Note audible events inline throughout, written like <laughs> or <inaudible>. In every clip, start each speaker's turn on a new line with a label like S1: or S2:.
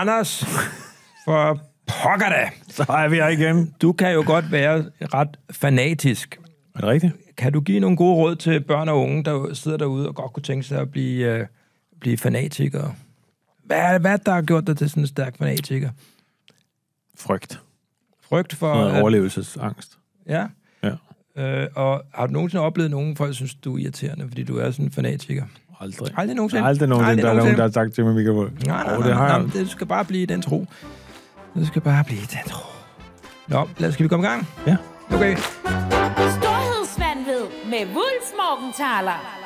S1: Anders, for pokker da, så er vi her igen. Du kan jo godt være ret fanatisk.
S2: Er det rigtigt?
S1: Kan du give nogle gode råd til børn og unge, der sidder derude og godt kunne tænke sig at blive, øh, blive fanatikere? Hvad er det, hvad er det, der har gjort dig til sådan en stærk fanatiker?
S2: Frygt.
S1: Frygt for...
S2: Og
S1: at-
S2: overlevelsesangst.
S1: ja.
S2: Ja.
S1: Øh, og har du nogensinde oplevet nogen, hvor folk synes, du er irriterende, fordi du er sådan en fanatiker?
S2: Aldrig.
S1: Aldrig
S2: Der
S1: nogensinde.
S2: er aldrig nogensinde, der er nogen, der har sagt til mig, Michael Vold.
S1: Nej, nej,
S2: Jo,
S1: nej,
S2: det har
S1: nej,
S2: jeg.
S1: nej, det skal bare blive den tro. Det skal bare blive den tro. Nå, lad os, skal vi komme i gang?
S2: Ja.
S1: Okay.
S3: Storhedsvandved med Wulf Morgenthaler.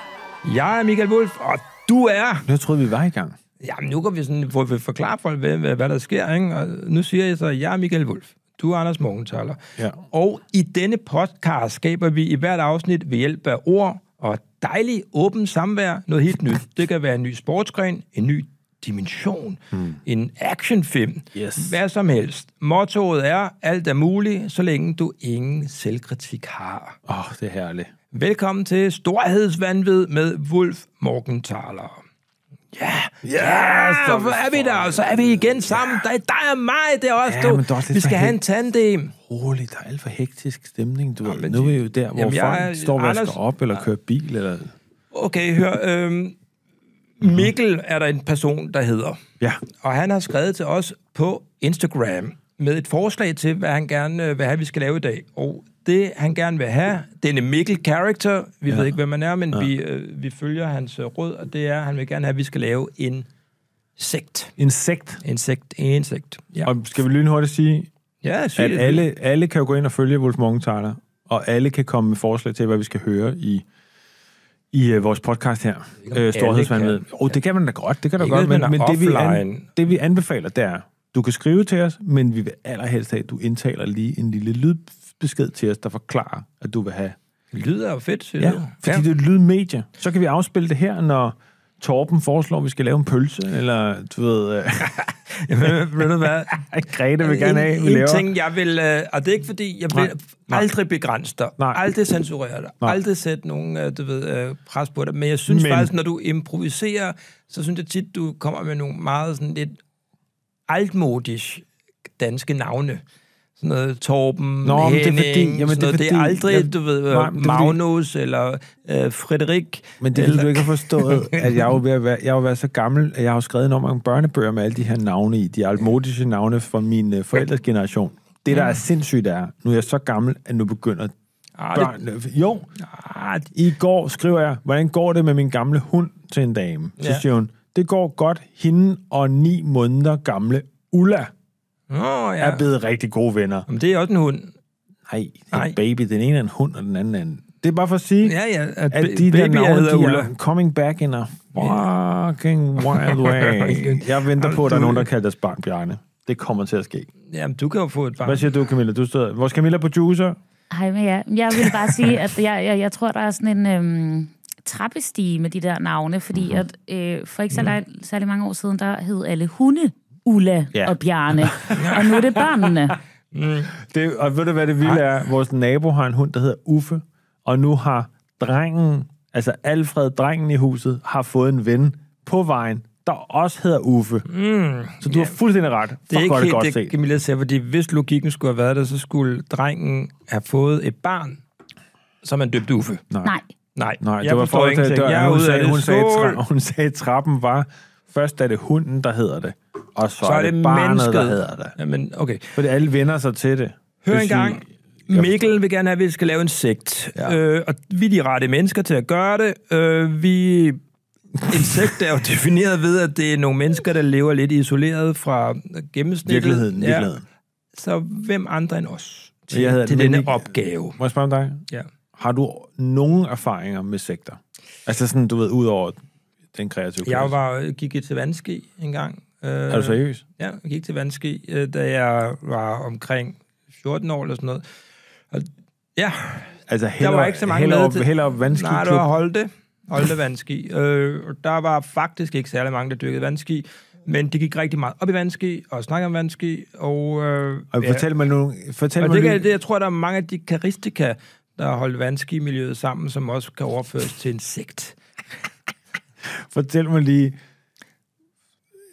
S1: Jeg er Michael Wolf, og du er...
S2: Jeg troede, vi var i gang.
S1: Jamen, nu kan vi sådan, hvor vi forklare folk, hvad, hvad, hvad der sker, ikke? Og nu siger jeg så, at jeg er Michael Wolf. Du er Anders Morgenthaler.
S2: Ja.
S1: Og i denne podcast skaber vi i hvert afsnit ved hjælp af ord og dejlig åben samvær noget helt nyt. Det kan være en ny sportsgren, en ny dimension, hmm. en actionfilm,
S2: Yes.
S1: hvad som helst. Mottoet er, alt er muligt, så længe du ingen selvkritik har.
S2: Åh, oh, det er herligt.
S1: Velkommen til Storhedsvandvid med Wolf Morgenthaler. Ja, så hvor er vi der, og så er vi igen sammen. Det er dig og mig, det er også
S2: Ja,
S1: du.
S2: men det er også lidt
S1: vi skal
S2: for
S1: have en
S2: helt-
S1: tandem.
S2: Roligt, der er alt for hektisk stemning, du ja,
S1: men
S2: Nu er
S1: de-
S2: vi jo der,
S1: Jamen,
S2: hvor Jamen,
S1: jeg
S2: folk
S1: er-
S2: står og vasker
S1: Anders-
S2: op, eller kører bil, eller...
S1: Okay, hør. Øhm, Mikkel er der en person, der hedder.
S2: Ja,
S1: Og han har skrevet til os på Instagram med et forslag til, hvad han gerne øh, vil have, vi skal lave i dag. Og det, han gerne vil have, det er en Mikkel character. Vi ja. ved ikke, hvem han er, men ja. vi, øh, vi følger hans øh, råd, og det er, at han vil gerne have, at vi skal lave en sekt.
S2: insekt.
S1: Insekt, insekt. Ja,
S2: Og skal vi lynhurtigt sige,
S1: ja sig
S2: at
S1: det.
S2: alle, alle kan jo gå ind og følge Wolf Morgenthaler, og alle kan komme med forslag til, hvad vi skal høre i, i uh, vores podcast her. Øh, Storhedsvandved.
S1: kan.
S2: Oh, det kan man da godt, det kan du
S1: Ikke,
S2: godt,
S1: hvis
S2: men,
S1: man er
S2: men det, vi
S1: offline.
S2: an, det vi anbefaler, det er, du kan skrive til os, men vi vil allerhelst have, at du indtaler lige en lille lydbesked til os, der forklarer, at du vil have.
S1: lyder jo fedt, siger
S2: Ja,
S1: du.
S2: fordi det er et lydmedie. Så kan vi afspille det her, når Torben foreslår, at vi skal lave en pølse, eller du ved, <laughs>
S1: Jamen, <laughs> ved du hvad?
S2: øh, Grete vil gerne have,
S1: Altså, en,
S2: vi laver.
S1: En ting, jeg vil... Øh, og det er ikke, fordi jeg vil
S2: Nej, nej.
S1: aldrig begrænse dig.
S2: Nej.
S1: Aldrig censurere dig. Nej.
S2: Nej.
S1: Aldrig sætte nogen øh, du ved, øh, pres på dig. Men jeg synes Men.
S2: Men-
S1: faktisk, når du improviserer, så synes jeg tit, du kommer med nogle meget sådan lidt altmodisk danske navne. Sådan noget Torben,
S2: Nå, men det er
S1: Henning,
S2: fordi- jamen,
S1: sådan
S2: det er
S1: noget. det er
S2: fordi-
S1: aldrig,
S2: jeg-
S1: du ved, øh,
S2: Nej, men det er fordi-
S1: Magnus eller øh, Frederik.
S2: Men det er, fordi,
S1: eller,
S2: du ikke har
S1: <laughs>
S2: forstået, at jeg er jo ved at være, jeg er jo ved at være så gammel, at jeg har jo skrevet nogle mange børnebøger med alle de her navne i. De altmodiske navne fra min øh, forældres generation. Det, der er sindssygt, er, nu er jeg så gammel, at nu begynder
S1: ah, det,
S2: børn... Jo, i går skriver jeg, hvordan går det med min gamle hund til en dame? Så
S1: Ja.
S2: siger hun, det går godt, hende og ni måneder gamle Ulla
S1: Nå, ja.
S2: er blevet rigtig gode venner.
S1: Jamen, det er også en hund.
S2: Nej, det er
S1: Nej.
S2: en baby. Den ene er en hund, og den anden er en... Det er bare for at sige,
S1: Ja, ja.
S2: at
S1: ba-
S2: de der
S1: babyer
S2: navne,
S1: hedder
S2: de
S1: Ulla.
S2: er coming back in a fucking
S1: <laughs>
S2: wild way. Jeg venter på, at der er nogen, der kalder deres barn Bjarne. Det kommer til at ske.
S1: Jamen, du kan jo få et barn.
S2: Hvad siger du, Camilla? Du stod... Vores Camilla producer?
S4: Hej med jer. Jeg vil bare sige, at jeg, jeg, jeg tror, der er sådan en øhm, trappestige med de der navne, fordi
S2: Mhm.
S4: at, øh, for ikke særlig, særlig mange år siden, der hed alle hunde Ulla
S2: Ja.
S4: ja. og Bjarne, og nu er det
S2: <laughs>
S4: børnene.
S2: Det, og ved du, hvad det vilde er? Vores nabo har en hund, der hedder Uffe, og nu har drengen, altså Alfred, drengen i huset, har fået en ven på vejen, der også hedder Uffe. Mm,
S1: Hmm.
S2: så du har fuldstændig ret.
S1: Det er
S2: Fuck,
S1: ikke
S2: hvor er det godt
S1: helt det,
S2: set.
S1: Camilla siger, fordi hvis logikken skulle have været der, så skulle drengen have fået et barn, som man døbte Uffe.
S4: Nej,
S1: Nej,
S2: Nej,
S1: jeg
S2: det var
S1: forstår
S2: forudtaget.
S1: ingenting.
S2: Det var,
S1: jeg er
S2: hun,
S1: ude af
S2: sagde,
S1: det.
S2: hun, sagde,
S1: Skål!
S2: tra- <laughs> hun sagde, at trappen var... Først er det hunden, der hedder det, og så,
S1: Så er det
S2: barnet, der
S1: mennesket.
S2: hedder det.
S1: Jamen, okay.
S2: Fordi alle vender sig til det.
S1: Hør
S2: Det
S1: en
S2: vil sige,
S1: gang. Mikkel vil gerne have, at vi skal lave en sekt. Ja.
S2: Ja.
S1: Øh, og vi er de rette mennesker til at gøre det. Øh, vi... En sekt er jo <laughs> defineret ved, at det er nogle mennesker, der lever lidt isoleret fra gennemsnittet.
S2: Virkeligheden, virkeligheden.
S1: Så hvem andre end os til,
S2: Jeg hedder
S1: til
S2: den, men
S1: denne
S2: ikke-
S1: opgave?
S2: Må jeg spørge om dig?
S1: Ja.
S2: Har du nogen erfaringer med sekter? Altså sådan, du ved, ud over den kreative
S1: Jeg
S2: klasse.
S1: var, gik til vandski en gang. Øh,
S2: Er du seriøs?
S1: Ja, jeg gik til vandski, øh, da jeg var omkring 14 år eller sådan noget. Og, ja,
S2: Altså, heller,
S1: var ikke så mange med
S2: heller,
S1: til-
S2: heller op vandski
S1: nej, det var Holte. Holte vandski. Øh, og der var faktisk ikke særlig mange, der dyrkede vandski, men det gik rigtig meget op i vandski og snakkede om vandski. Og, øh,
S2: Og
S1: ja.
S2: fortæl mig nu... Fortæl
S1: og
S2: mig
S1: det,
S2: lige-
S1: kan, det, jeg tror, der er mange af de karistika, der har holdt vandski-miljøet sammen, som også kan overføres til en sekt.
S2: Fortæl mig lige,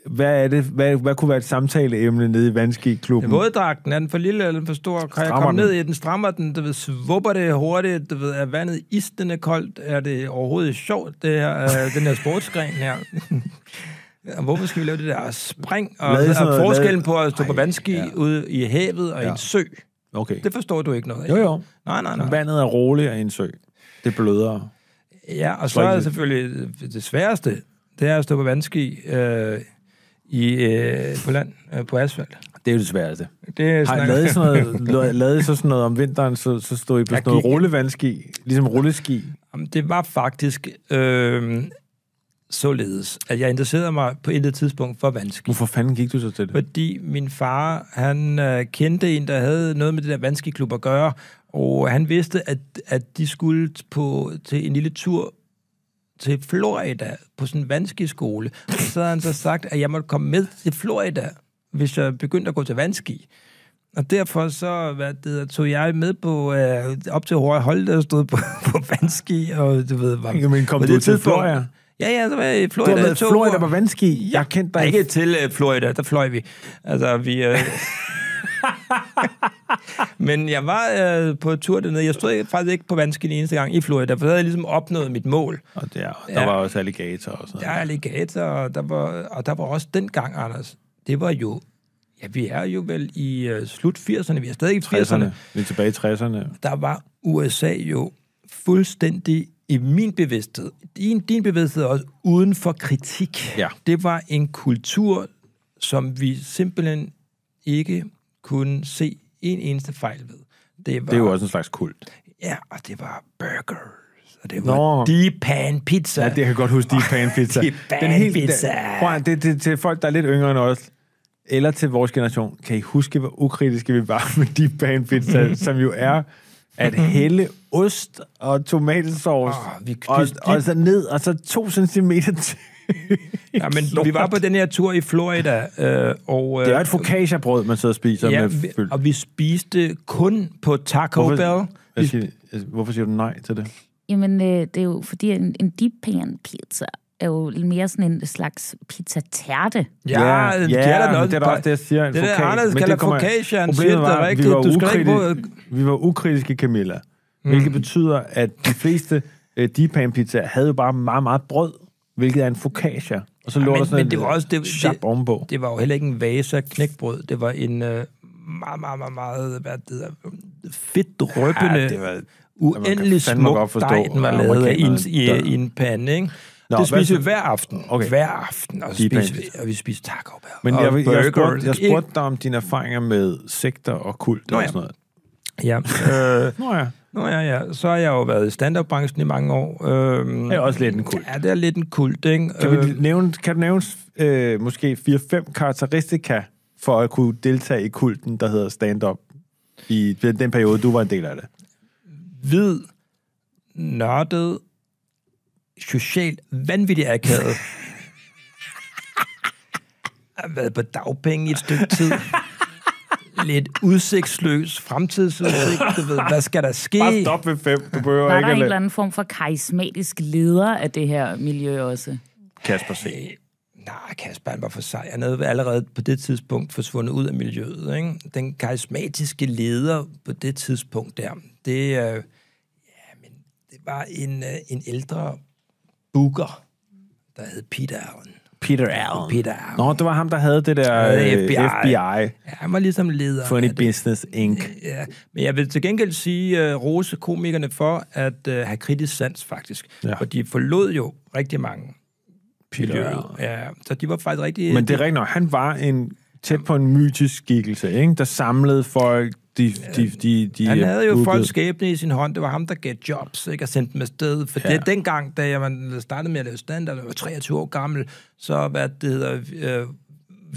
S2: hvad er det, hvad, hvad kunne være et samtaleemne nede i vandskiklubben?
S1: Våddragten, er den for lille eller den for stor? Kan jeg
S2: Strammer
S1: komme
S2: den.
S1: ned i den? Strammer den? Du ved, svupper det hurtigt? Du ved, er vandet isdende koldt? Er det overhovedet sjovt, det her, øh, <laughs> den her sportsgren her? <laughs> Og Hvorfor skal vi lave det der spring? Og,
S2: Lad det sådan
S1: og
S2: noget-
S1: forskellen
S2: lad-
S1: på at stå på
S2: Ej,
S1: vandski
S2: ja.
S1: ja. ude i havet og ja. i en sø,
S2: Okay.
S1: det forstår du ikke noget af.
S2: Jo, jo.
S1: Nej, nej, nej.
S2: Vandet er roligere i en sø. Det er blødere.
S1: Ja, og så
S2: Tror ikke,
S1: er
S2: det-
S1: selvfølgelig det sværeste, det er at stå på vandski øh, i, øh, på land, øh, på asfalt.
S2: Det er jo det sværeste.
S1: Det
S2: Har I lavet, sådan <laughs> noget, lavede I så sådan noget om vinteren, så, så stod I på sådan
S1: gik-
S2: noget rullevandski, ligesom rulleski.
S1: Jamen, det var faktisk øh, således, at jeg interesserede mig på intet tidspunkt for vandski.
S2: Hvorfor fanden gik du så til det?
S1: Fordi min far, han øh, kendte en, der havde noget med det der vandskiklub at gøre, og han vidste, at, at de skulle på, til en lille tur til Florida på sådan en vandskiskole. Og så havde han så sagt, at jeg måtte komme med til Florida, hvis jeg begyndte at gå til vandski. Og derfor så hvad det, hedder, tog jeg med på øh, op til Hårde Hold, der stod på, <laughs> på vandski, og du ved, var,
S2: Jamen, kom
S1: på
S2: du
S1: det
S2: til
S1: tidspunkt-
S2: Florida?
S1: Ja, ja, så var jeg i
S2: Du
S1: Florida.
S2: har
S1: i
S2: været
S1: to
S2: Florida
S1: uger.
S2: på vandski. Jeg kendte dig
S1: Ikke til øh, Florida, der fløj vi. Altså, vi... Øh... Men jeg var øh, på tur dernede. Jeg stod ikke- faktisk ikke på vandski den eneste gang i Florida, for så havde jeg ligesom opnået mit mål.
S2: Og der, der
S1: Ja.
S2: var også alligator og sådan
S1: Der
S2: noget.
S1: er alligator, og der var, og der var også dengang, Anders. Det var jo... Ja, vi er jo vel i øh, slut 80'erne. Vi er stadig i 80'erne.
S2: 60'erne. Vi er tilbage i 60'erne.
S1: der var USA jo fuldstændig i min bevidsthed, din, din bevidsthed også, uden for kritik.
S2: Ja.
S1: Det var en kultur, som vi simpelthen ikke kunne se en eneste fejl ved. Det var,
S2: Det er jo også en slags kult.
S1: Ja, og det var burgers, og det var
S2: Nå.
S1: deep pan pizza.
S2: Ja, det kan jeg godt huske, <laughs> de panpizza.
S1: Deep Pan Pizza.
S2: Prøv at, det, det, til folk, der er lidt yngre end os, eller til vores generation, kan I huske, hvor ukritiske vi var <laughs> med de panpizza, <laughs> som jo er at hælde ost og tomatsauce,
S1: Åh, vi- vi-
S2: og, og så ned, og så to centimeter til.
S1: ja, men vi var på den her tur i Florida, øh, og... Øh,
S2: Det er et focaccia-brød, man sidder og spiser
S1: ja,
S2: med
S1: vi,
S2: fyld.
S1: og vi spiste kun på Taco Bell.
S2: Hvad siger, altså, hvorfor siger du nej til det?
S4: Jamen, øh, det er jo fordi, en, en deep pan pizza er jo mere sådan en slags pizza-terte.
S1: Ja, ja, ja det er der
S2: men
S1: noget.
S2: det er da også det, jeg siger. en
S1: Det der,
S2: focaccia.
S1: Anders
S2: Men
S1: kalder
S2: det kommer-
S1: focaccia, han
S2: Problemet
S1: siger, det
S2: var,
S1: er
S2: at
S1: rigtigt. Du skal ikke Mm.
S2: ukritiske- Vi var ukritiske, Camilla. Hvilket betyder, at de fleste øh, deep pan pizza havde jo bare meget, meget brød, hvilket er en focaccia. Og så lå
S1: men-
S2: der sådan
S1: men det var også- det-
S2: chap
S1: det-
S2: ovenpå.
S1: det var jo heller ikke en vase af knækbrød. Det var en øh, meget, meget, meget, meget hvad det hedder, fedt drøbende,
S2: Ja,
S1: ja,
S2: det var- man kan
S1: uendelig
S2: fandme
S1: smuk
S2: godt forstå,
S1: dej, den var
S2: at
S1: lavet af i, en- i,
S2: amerikanerne-
S1: i en pande. Ikke?
S2: Nå,
S1: Nå, det
S2: hvad
S1: spiste
S2: så?
S1: vi hver aften.
S2: Okay.
S1: Okay. Hver aften. Og, så
S2: Deep
S1: spiste
S2: pan.
S1: vi, og vi spiste taco Bell.
S2: Men
S1: og
S2: jeg, jeg, jeg, spurgte, jeg
S1: Ikke-
S2: spurgte dig om dine erfaringer med sekter og kult
S1: Nå
S2: og
S1: ja.
S2: sådan noget.
S1: Ja. Øh,
S2: Nå ja.
S1: nå ja, ja. Så har jeg jo været i stand-up-branchen i mange år. Øhm,
S2: Det er også lidt en kult.
S1: Ja, det er lidt en kult, ikke?
S2: Kan,
S1: Øh,
S2: vi nævne, kan du nævne øh, måske 4-5 karakteristika for at kunne deltage i kulten, der hedder stand-up, i den, den periode, du var en del af det?
S1: hvid, nørdet, socialt vanvittigt akavet. Har været på dagpenge i et stykke tid. Lidt udsigtsløs fremtidsudsigt. Du ved, hvad skal der ske?
S2: Bare stop ved 5. Du behøver
S4: Var
S2: ikke
S4: der
S2: at
S4: en eller
S2: lade-
S4: anden form for karismatisk leder af det her miljø også?
S2: Kasper C.
S1: Øh, Nej, Kasper han var for sej. Han havde allerede på det tidspunkt forsvundet ud af miljøet. Ikke? Den karismatiske leder på det tidspunkt der, det, øh, ja, men det var en, øh, en ældre booker, der hed Peter Allen.
S2: Peter Allen.
S1: Peter Allen.
S2: Nå, det var ham, der havde det der
S1: Han havde
S2: øh,
S1: FBI.
S2: FBI.
S1: Ja, han var ligesom leder.
S2: Funny
S1: af det.
S2: Business Inc.
S1: Ja, men jeg vil til gengæld sige uh, rose komikerne for at uh, have kritisk sans, faktisk.
S2: Ja.
S1: Ja. For de forlod jo rigtig mange miljøet.
S2: Allen.
S1: Ja, så de var faktisk rigtig...
S2: Men det er rigtigt nok, han var en tæt på en mytisk skikkelse, ikke? der samlede folk, de, de, de, de øh,
S1: Han havde jo
S2: bookede.
S1: folks skæbne i sin hånd. Det var ham, der gav jobs ikke? og sendte dem afsted. For
S2: Ja.
S1: ja. det, dengang, da jeg man startede med at lave stand-up, jeg var 23 år gammel, så hvad det hedder, øh,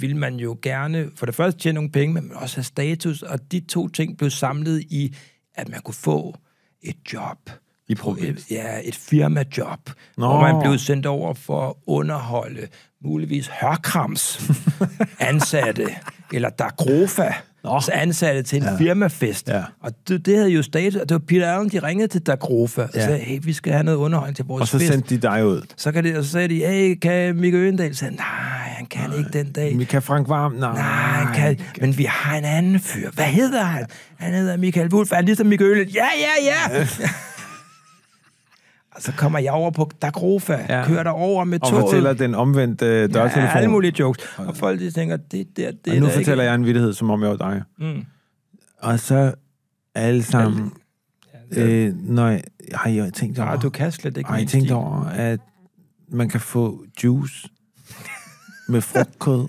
S1: ville man jo gerne for det første tjene nogle penge, men også have status. Og de to ting blev samlet i, at man kunne få et job.
S2: I provinsen.
S1: Et- Ja, et firmajob,
S2: Nå.
S1: Nå. hvor man blev sendt over for at
S2: <laughs>
S1: underholde muligvis hørkrams ansatte, eller Dagrofa. oh. ansatte til en ja. firmafest.
S2: Ja.
S1: Og det, det havde jo status, og det var Peter Allen, de ringede til Dagrofa og
S2: Ja.
S1: sagde, hey, vi skal have noget underholdning til vores
S2: Og så
S1: fest.
S2: sendte de dig ud.
S1: Så, kan det, og så sagde de, hey, kan Mikke Øgendal? Så sagde, han, nej, han kan ikke den dag.
S2: Mika Frank Varm, nej.
S1: Nej, han kan, men vi har en anden fyr. Hvad hedder han? Han hedder Michael Wulff. Er Han er ligesom Michael Øhlund. Ja, ja, ja! <laughs> og så kommer jeg over på Dagrofa,
S2: Ja.
S1: ja. kører derover med
S2: Og
S1: toget.
S2: fortæller den omvendte øh, dørtelefon.
S1: Ja, alle mulige jokes. Og folk de tænker, det der, det
S2: Og nu
S1: er der
S2: fortæller jeg en vittighed, som om jeg var dig. Mm. Og så alle sammen... Øh, nej, har I tænkt over...
S1: Nej, du kan slet ikke.
S2: har I
S1: min
S2: tænkt
S1: stil.
S2: over, at man kan få juice med frugtkød?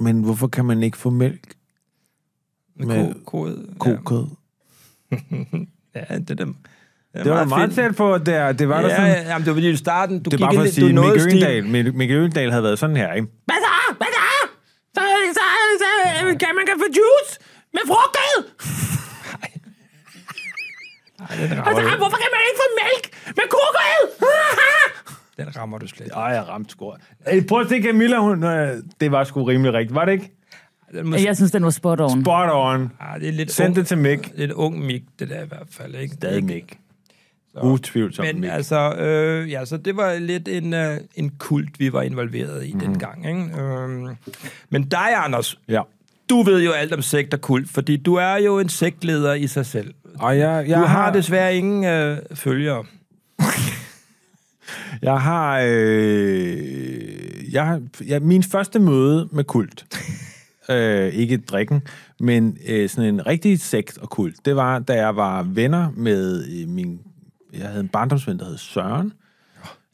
S2: Men hvorfor kan man ikke få mælk
S1: Med
S2: med
S1: ko- kode.
S2: kokød?
S1: Ja, ja, det, der, det, er
S2: Det var meget
S1: fedt.
S2: tæt på, at det, er- det var
S1: Ja,
S2: der sådan...
S1: ja, jamen, det var fordi, i starten, du
S2: Det
S1: gik
S2: er bare
S1: ind,
S2: for at
S1: lidt-
S2: sige,
S1: du nåede
S2: Mikke
S1: stil.
S2: Øgendal, Mikke- Mikke Øgendal havde været sådan her, ikke?
S4: Hvad så? Hvad så? Så, så, så øh, kan man kan få juice med frugtkød?
S1: <laughs> Ej, den
S4: Og så,
S1: rammer, du,
S4: hvorfor kan man ikke få mælk med kokød?
S1: den rammer du slet.
S2: Ej, jeg ramte sgu. Ej, Prøv at se Camilla, hun, øh, det var sgu rimelig rigtigt. Var det ikke?
S1: Den må, ja.
S4: <laughs> Jeg synes, den var spot on.
S2: Spot on.
S1: ah, det er lidt
S2: Send
S1: ung,
S2: det til Mick.
S1: lidt ung mik, det der i hvert fald. Ikke?
S2: Stadig Mick. Utvivlsomt
S1: Men
S2: Mick.
S1: altså, øh, ja, så det var lidt en, øh, en kult, vi var involveret
S2: Mhm.
S1: i mm. dengang. Ikke? Øh, men dig, Anders,
S2: Ja.
S1: du ved jo alt om sekt og kult, fordi du er jo en sektleder i sig selv.
S2: Og jeg, jeg
S1: Du har desværre ingen øh, følgere.
S2: Jeg har... Øh, jeg, har- ja, min første møde med kult,
S1: <laughs>
S2: øh, ikke drikken, men øh, sådan en rigtig sekt og kult, det var, da jeg var venner med øh, min... Jeg havde en barndomsven, der hed Søren.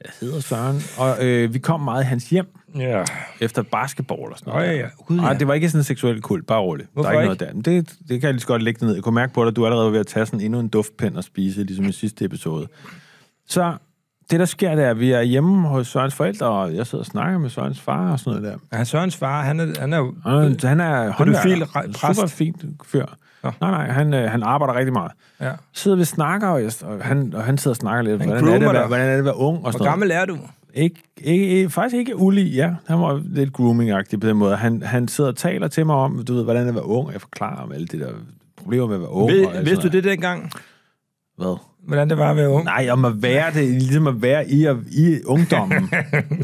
S2: Jeg hedder Søren. Og øh, vi kom meget i hans hjem
S1: Ja.
S2: efter basketball og sådan
S1: Nå,
S2: noget.
S1: ja,
S2: der.
S1: ja. Gud,
S2: Ej,
S1: ja.
S2: det var ikke sådan en seksuel kult, bare roligt.
S1: Hvorfor
S2: der er ikke,
S1: ikke?
S2: noget der. Men det, det kan jeg lige så godt lægge det ned. Jeg kunne mærke på dig, at du allerede var ved at tage sådan endnu en duftpind og spise, ligesom i sidste episode. Så det, der sker, det er, at vi er hjemme hos Sørens forældre, og jeg sidder og snakker med Sørens far og sådan noget der.
S1: Ja, Sørens far, han er, han er jo...
S2: Og han- han er
S1: pædofil
S2: håndværker.
S1: re-
S2: Super
S1: præst.
S2: fint fyr. Nej, nej, han, øh, han arbejder rigtig meget.
S1: Ja.
S2: Så sidder vi og snakker, og, jeg, og, han, og han sidder og snakker lidt.
S1: Han
S2: Hvordan er, det,
S1: groomer
S2: at være-
S1: dig.
S2: hvordan er det at være ung? Og sådan
S1: Hvor
S2: noget.
S1: gammel er du?
S2: Ikke, ikke, ikke, faktisk ikke ulig, ja. Han var lidt grooming på den måde. Han, han sidder og taler til mig om, du ved, hvordan det var ung. Jeg forklarer om alle de der problemer med at være ung. altså. og
S1: Ved,
S2: alt
S1: vidste du
S2: sådan
S1: det dengang?
S2: noget.
S1: Hvordan det var at være ung?
S2: Hvad? Nej, om at være det, ligesom at være i, i
S1: <laughs>
S2: ungdommen.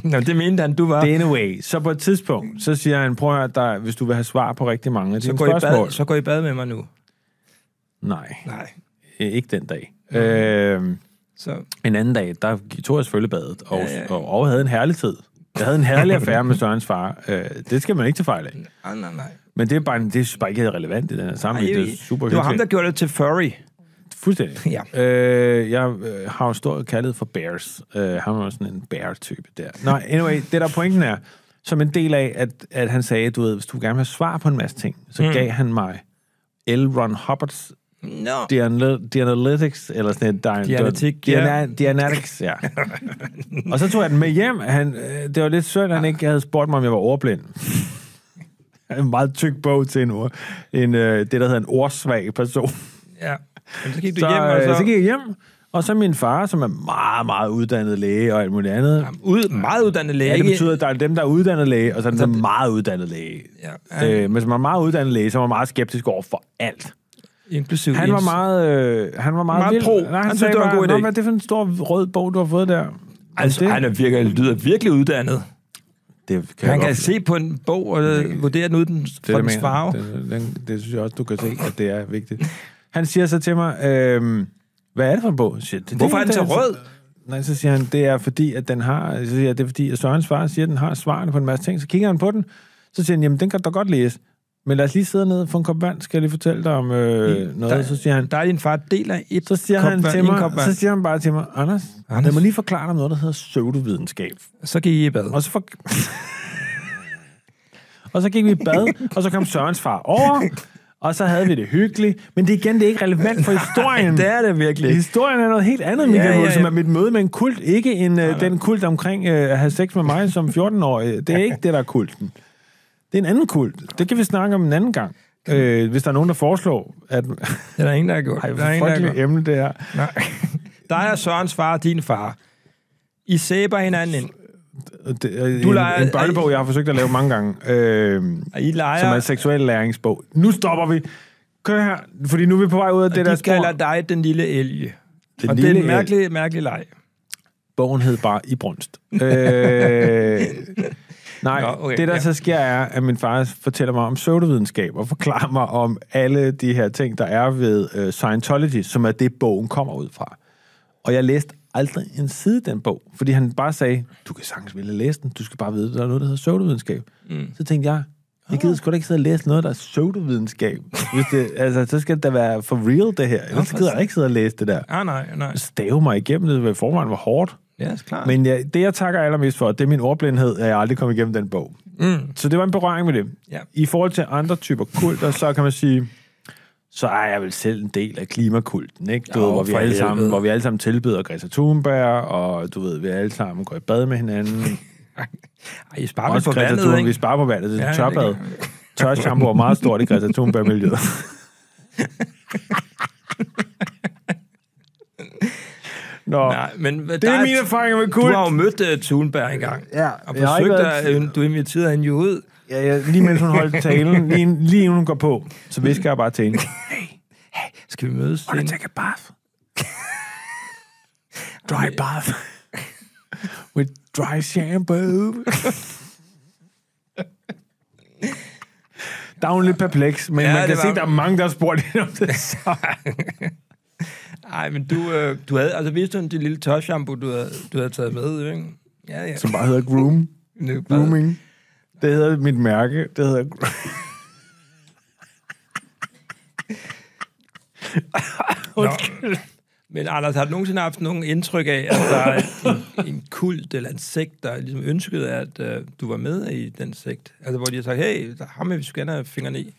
S1: Nå, det mente han, du var.
S2: Det er anyway. Så på et tidspunkt, så siger han, prøv at høre, der, hvis du vil have svar på rigtig mange af
S1: så,
S2: dine
S1: går I
S2: spørgsmål.
S1: bad, så går I bad med mig nu.
S2: Nej,
S1: Nej.
S2: øh, ikke den dag. Øh,
S1: Så
S2: en anden dag, der tog jeg selvfølgelig badet, og, ja,
S1: Ja,
S2: ja.
S1: ja.
S2: og, og havde en herlig tid. Jeg havde en herlig affære med Sørens far. Øh, det skal man ikke tage fejl af.
S1: Nej, Ah, nej, nej.
S2: Men det er bare, det er bare ikke relevant i den her
S1: Ej,
S2: sammenhæng. det er super
S1: det var ham, der
S2: hyggeligt.
S1: gjorde det til furry.
S2: Fuldstændig.
S1: Ja.
S2: Øh, jeg øh, har jo stor kaldet for bears. Øh, han var sådan en bear-type der. Nå, anyway, det der pointen er, som en del af, at, at han sagde, du ved, hvis du gerne vil have svar på en masse ting, så mm. gav han mig L. Ron Hubbards
S1: Nå. Det,
S2: Diana- Dianalytics, eller sådan et... Dian-
S1: Dianetik, ja.
S2: Diana, Dianetics, ja. <laughs> og så tog jeg den med hjem. Han, øh, det var lidt synd, at han ikke havde spurgt mig, om jeg var ordblind. en meget tyk bog til en, ord, en øh, det, der hedder en ordsvag person.
S1: ja. Jamen, så gik du
S2: Så,
S1: hjem, og
S2: øh,
S1: så...
S2: så gik jeg hjem, og så min far, som er meget, meget uddannet læge og alt muligt andet.
S1: Ud, meget uddannet læge.
S2: Ja, det
S1: ikke?
S2: betyder, at der er dem, der er uddannet læge, og så er dem, der er meget uddannet læge.
S1: Ja.
S2: Øh, men som er meget uddannet læge, som er meget skeptisk over for alt.
S1: Inklusiv
S2: Han var
S1: ens-
S2: meget, øh, han var meget,
S1: Meget
S2: vild.
S1: pro.
S2: Nej, han,
S1: Han synes,
S2: sagde
S1: det var en
S2: bare,
S1: god idé.
S2: "Nå, Hvad er det for en stor rød bog, du har fået der?
S1: Altså,
S2: det,
S1: han er virker, lyder virkelig uddannet.
S2: det
S1: Han
S2: kan jeg
S1: kan
S2: godt-
S1: se på en bog og øh, vurdere den ud den,
S2: det,
S1: fra dens farve.
S2: Det, det, det synes jeg også, du kan se, at det er vigtigt. <laughs> Han siger så til mig, øh, hvad er det for en bog? Så Siger, jeg, det, det
S1: Hvorfor er den
S2: det,
S1: så
S2: altså-
S1: rød?
S2: Nej, så siger han, det er fordi, at den har... Så siger jeg, det er fordi, at Sørens far siger, at den har svarene på en masse ting. Så kigger han på den, så siger han, jamen, den kan du da godt læse. Men lad os lige sidde ned og få en kop vand, skal jeg lige fortælle dig om øh, noget.
S1: Der-
S2: så siger han,
S1: Der er din far deler et
S2: Så siger
S1: kop
S2: han
S1: vand,
S2: til
S1: en
S2: mig,
S1: kop vand.
S2: så siger han bare til mig, Anders, Anders.
S1: Anders.
S2: lad mig lige forklare dig om noget, der hedder pseudovidenskab.
S1: Så gik I i bad.
S2: Og så, for... <laughs> og så gik vi i bad, og så kom Sørens far over, og så havde vi det hyggeligt. Men det er igen, det er ikke
S1: <laughs>
S2: relevant for historien.
S1: det er det virkelig ikke.
S2: Historien er noget helt andet, Michael, ja,
S1: ja,
S2: ja,
S1: ja.
S2: som er mit møde med en kult. Ikke en, øh, den kult omkring øh, at have sex med mig som 14-årig. Det er ikke det, der er kulten. Det er en anden kult. Det kan vi snakke om en anden gang. Øh, hvis der er nogen, der foreslår, at...
S1: Det er der ingen, der har gjort.
S2: Ej, <laughs>
S1: der er
S2: hvor
S1: ingen, der har gjort.
S2: frygteligt emne det her.
S1: <laughs> Nej. Dig og Sørens far og din far. I sæber hinanden ind.
S2: Det,
S1: Du
S2: du en,
S1: leger-
S2: en børnebog, jeg har forsøgt at lave mange gange, øh,
S1: Og I leger,
S2: som er en seksuel læringsbog. Nu stopper vi. Kør her, fordi nu er vi på vej ud af det der
S1: de kalder
S2: spor.
S1: dig den lille elge.
S2: Den
S1: og det
S2: lille
S1: er en mærkelig, mærkelig leg.
S2: Bogen hed bare I
S1: <laughs>
S2: Brunst. øh,
S1: Nå,
S2: nej, Nå,
S1: okay,
S2: okay, det der
S1: ja.
S2: ja. så sker er, at min far fortæller mig om pseudovidenskab og forklarer mig om alle de her ting, der er ved øh, Scientology, som er det, bogen kommer ud fra. Og jeg læste aldrig en side af den bog, fordi han bare sagde, du kan sagtens ville læse den, du skal bare vide, der er noget, der hedder pseudovidenskab. Mm. Så tænkte jeg, jeg
S1: Ah.
S2: gider sgu da ikke sidde og læse noget, der er pseudovidenskab. Hvis det, altså, så skal det da være for real, det her. Ellers
S1: for
S2: gider jeg ikke sidde og læse det der.
S1: Ah, nej, nej.
S2: Stave mig igennem det, hvad forvejen var hårdt.
S1: Ja, yes, klart. Men,
S2: Men ja, det, jeg takker allermest for, det er min ordblindhed, at jeg aldrig kom igennem den bog. Mm. Så det var en berøring med det.
S1: Ja.
S2: I forhold til andre typer kulter, så kan man sige, så er jeg vel selv en del af klimakulten, ikke? Du
S1: Jo,
S2: ved, hvor, vi
S1: for
S2: alle
S1: helvede.
S2: sammen, hvor vi alle sammen tilbyder Greta Thunberg, og du ved, vi alle sammen går i bad med
S1: <laughs>
S2: hinanden.
S1: Ej, I sparer lidt
S2: Også
S1: på
S2: Greta
S1: vandet,
S2: Thunberg, vi
S1: ikke?
S2: sparer på vandet, det er
S1: Ja,
S2: ja, tørbad.
S1: det
S2: Tørshampoo er meget stort i Greta
S1: <laughs>
S2: Thunberg-miljøet. Nå,
S1: Nej, men øh,
S2: det er mine erfaringer med
S1: Du
S2: kult.
S1: har jo mødt uh, Thunberg engang.
S2: Ja,
S1: Og
S2: jeg har
S1: forsøgt
S2: ikke
S1: at,
S2: været-
S1: øh, du inviterede hende jo ud.
S2: Ja, ja, lige mens hun holdt talen, lige, lige inden hun går på, så visker jeg bare til hende.
S1: Skal vi mødes? Til
S2: take a bath. dry bath. With dry shampoo. der er hun lidt perpleks, men
S1: Ja,
S2: ja,
S1: det
S2: man kan
S1: var-
S2: se, der er mange, der har spurgt hende om det. Så.
S1: Nej, men du, øh, du havde, altså vidste du om det lille tøjshampoo, du havde, du havde taget med, ikke? Ja, ja.
S2: Som bare hedder groom.
S1: Nu- bare-
S2: Grooming. Det hedder mit mærke. Det hedder...
S1: Nå. Men Anders, har du nogensinde haft nogen indtryk af, at der er en, en kult eller en sekt, der ligesom ønskede, at øh, du var med i den sekt? Altså, hvor de har sagt, hey, der er ham, vi skal have fingrene i.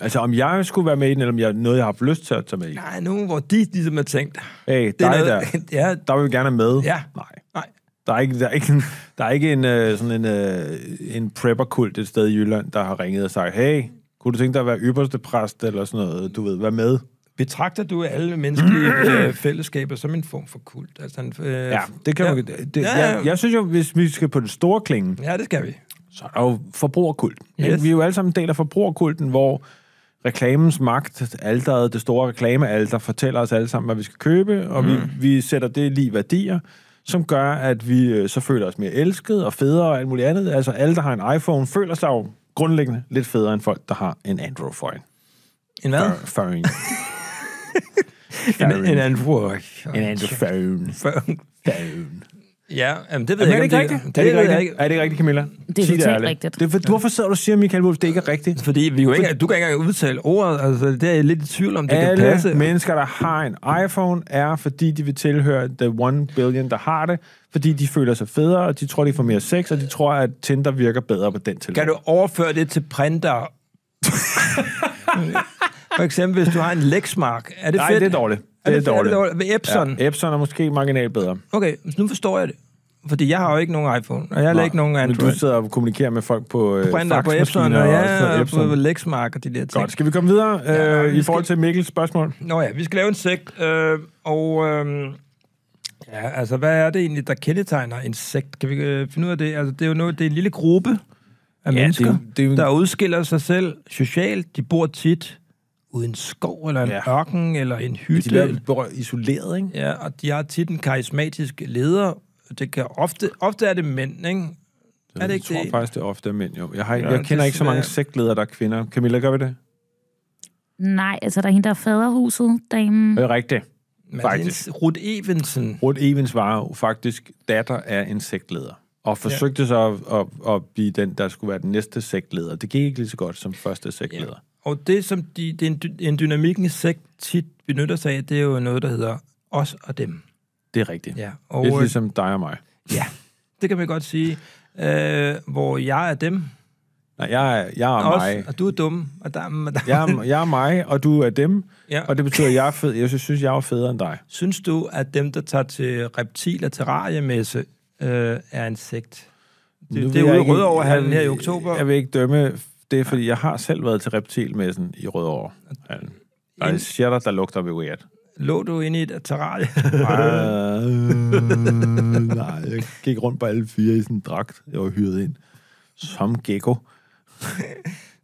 S2: Altså, om jeg skulle være med i den, eller om jeg, noget, jeg har haft lyst til at tage med i.
S1: Nej, nogen, hvor de ligesom har tænkt,
S2: Hey, dig
S1: det er
S2: der.
S1: noget, <laughs> ja,
S2: Der vil vi gerne have med.
S1: Ja.
S2: Nej.
S1: nej,
S2: Der er ikke, der er ikke, <laughs> en, der er ikke en, øh, sådan en, øh, en prepper-kult et sted i Jylland, der har ringet og sagt, hey, kunne du tænke dig at være ypperste præst eller sådan noget, du ved, vær med?
S1: Betragter du alle
S2: <clears throat>
S1: menneskelige øh, fællesskaber som en form for kult? Altså en, øh,
S2: Ja, det kan
S1: ja.
S2: ja. man det,
S1: Ja,
S2: det,
S1: ja.
S2: jeg, jeg synes jo, hvis vi skal på den store klinge,
S1: Ja, det skal vi.
S2: så er der jo forbrugerkulten.
S1: Yes.
S2: Yes. Vi er jo alle sammen en del af forbrugerkulten, hvor reklamens magt, alderet, det store reklamealter, fortæller os alle sammen, hvad vi skal købe, og mm. vi, vi sætter det lige værdier, som gør, at vi øh, så føler os mere elsket og federe og alt muligt andet. Altså alle, der har en iPhone, føler sig jo grundlæggende lidt federe end folk, der har en Android-phone.
S1: En hvad?
S2: Fø- phone.
S1: En,
S2: Phone.
S1: en anden work.
S2: En Android-phone. Phone.
S1: Ja, jamen, det ved
S2: Men
S1: jeg ikke,
S2: er det ikke
S1: om det-
S2: rigtigt?
S1: Det,
S2: er det
S1: ved
S2: ikke
S1: jeg
S2: rigtigt?
S1: ikke.
S2: Er det ikke rigtigt, Camilla?
S4: Det er
S2: Sig
S4: totalt
S2: ærligt.
S4: rigtigt.
S2: Det er, for, hvorfor sidder du og siger, Michael Wolf, det ikke er rigtigt?
S1: Fordi vi jo ikke, du kan ikke engang udtale ordet. Altså, det er jeg lidt i tvivl om, det
S2: Alle
S1: kan passe.
S2: mennesker, der har en iPhone, er, fordi de vil tilhøre the one billion, der har det, fordi de føler sig federe, og de tror, de får mere sex, og de tror, at Tinder virker bedre på den telefon.
S1: Kan du overføre det til printer? <laughs> For eksempel, hvis du har en Lexmark. Er det
S2: Nej,
S1: fedt?
S2: det er dårligt.
S1: Er det,
S2: Det er
S1: fedt?
S2: dårligt.
S1: Er det dårligt? Ved Epson?
S2: Ja, Epson er måske marginalt bedre.
S1: Okay, så nu forstår jeg det. Fordi jeg har jo ikke nogen iPhone, og jeg har
S2: Nej,
S1: ikke nogen
S2: men
S1: Android.
S2: Du sidder og kommunikerer med folk på øh,
S1: printer på
S2: faxmaskiner
S1: Epson, og
S2: og
S1: ja,
S2: sådan
S1: og på
S2: Epson.
S1: Lexmark og de der ting.
S2: Godt, skal vi komme videre
S1: Ja,
S2: øh,
S1: vi
S2: i
S1: skal-
S2: forhold til Mikkels spørgsmål?
S1: Nå ja, vi skal lave en sekt, øh, og øh, ja, altså, hvad er det egentlig, der kendetegner en sekt? Kan vi øh, finde ud af det? Altså, det er jo noget, det er en lille gruppe af ja,
S2: det er-
S1: mennesker, det,
S2: det er jo en-
S1: der udskiller sig selv socialt. De bor tit ude i en skov, eller en ja.
S2: Ja.
S1: ørken, eller en
S2: De
S1: hytte.
S2: bliver berørt- isoleret, ikke?
S1: Ja, og de har tit en karismatisk leder. Det kan ofte, ofte er det mænd, ikke? Er det
S2: Jeg
S1: ikke
S2: tror
S1: det?
S2: faktisk, det er ofte er mænd, jo. Jeg, har,
S1: Ja,
S2: ja, jeg kender
S1: det-
S2: ikke så mange
S1: ja.
S2: sektledere, der er kvinder. Camilla, gør vi det?
S4: Nej, altså der er hende, der er faderhuset, damen.
S2: Det er rigtigt.
S1: Faktisk. Ruth Evensen.
S2: Ruth Evans var jo faktisk datter af en sektleder, og forsøgte ja. så at, at, at blive den, der skulle være den næste sektleder. Det gik ikke lige så godt som første sektleder.
S1: Og det, som de, det er en, dy- en dynamik, en sekt tit benytter sig af, det er jo noget, der hedder os og dem.
S2: Det er rigtigt.
S1: Ja,
S2: Og,
S1: og
S2: Lidt
S1: øh,
S2: ligesom dig og mig.
S1: ja, det kan man godt sige. Øh, hvor jeg er dem,
S2: Nej, jeg er, jeg er
S1: og,
S2: mig.
S1: og du er dum, og der, og der.
S2: Jeg er, jeg er mig, og du er dem.
S1: Ja.
S2: Og det betyder, at jeg, er fed. jeg synes, jeg er federe end dig.
S1: <laughs> Synes du, at dem, der tager til reptil- og terrariemesse, øh, er en sekt? Det,
S2: Nu
S1: det
S2: vil
S1: er
S2: jeg
S1: ude i
S2: ikke-
S1: Rødoverhallen
S2: jeg-
S1: her i oktober.
S2: Jeg vil ikke dømme det, fordi jeg har selv været til reptilmessen i Rødovre. Der er en
S1: En-
S2: shatter, der lugter ved weird.
S1: Lå du inde i et terrarie?
S2: Øh, nej, jeg gik rundt på alle fire i sådan en dragt, jeg var hyret ind. Som gecko.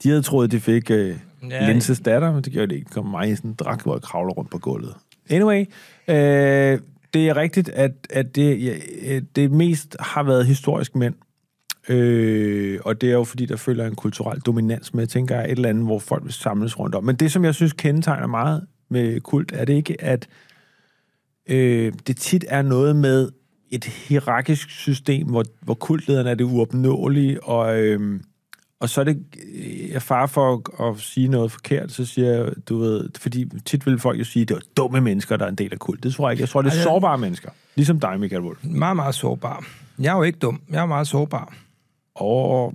S2: De havde troet, de fik øh,
S1: Ja.
S2: Linses datter, men det gjorde de ikke. Kom mig i sådan en dragt, hvor jeg kravler rundt på gulvet. Anyway, øh, det er rigtigt, at, at det, ja, øh, det mest har været historisk mænd. Øh, og det er jo fordi, der følger en kulturel dominans med, tænker jeg, et eller andet, hvor folk vil samles rundt om. Men det, som jeg synes kendetegner meget med kult, er det ikke, at øh, det tit er noget med et hierarkisk system, hvor, hvor kultlederen er det uopnåelige, og, øh, og så er det øh, jeg far for at, at sige noget forkert, så siger jeg, du ved, fordi tit vil folk jo sige, at det er dumme mennesker, der er en del af kult. Det tror jeg ikke. Jeg tror, det er
S1: Ej, jeg-
S2: sårbare mennesker. Ligesom dig, Michael Wolf.
S1: <laughs> meget, meget sårbar. Jeg er jo ikke dum. Jeg er meget sårbar.
S2: Og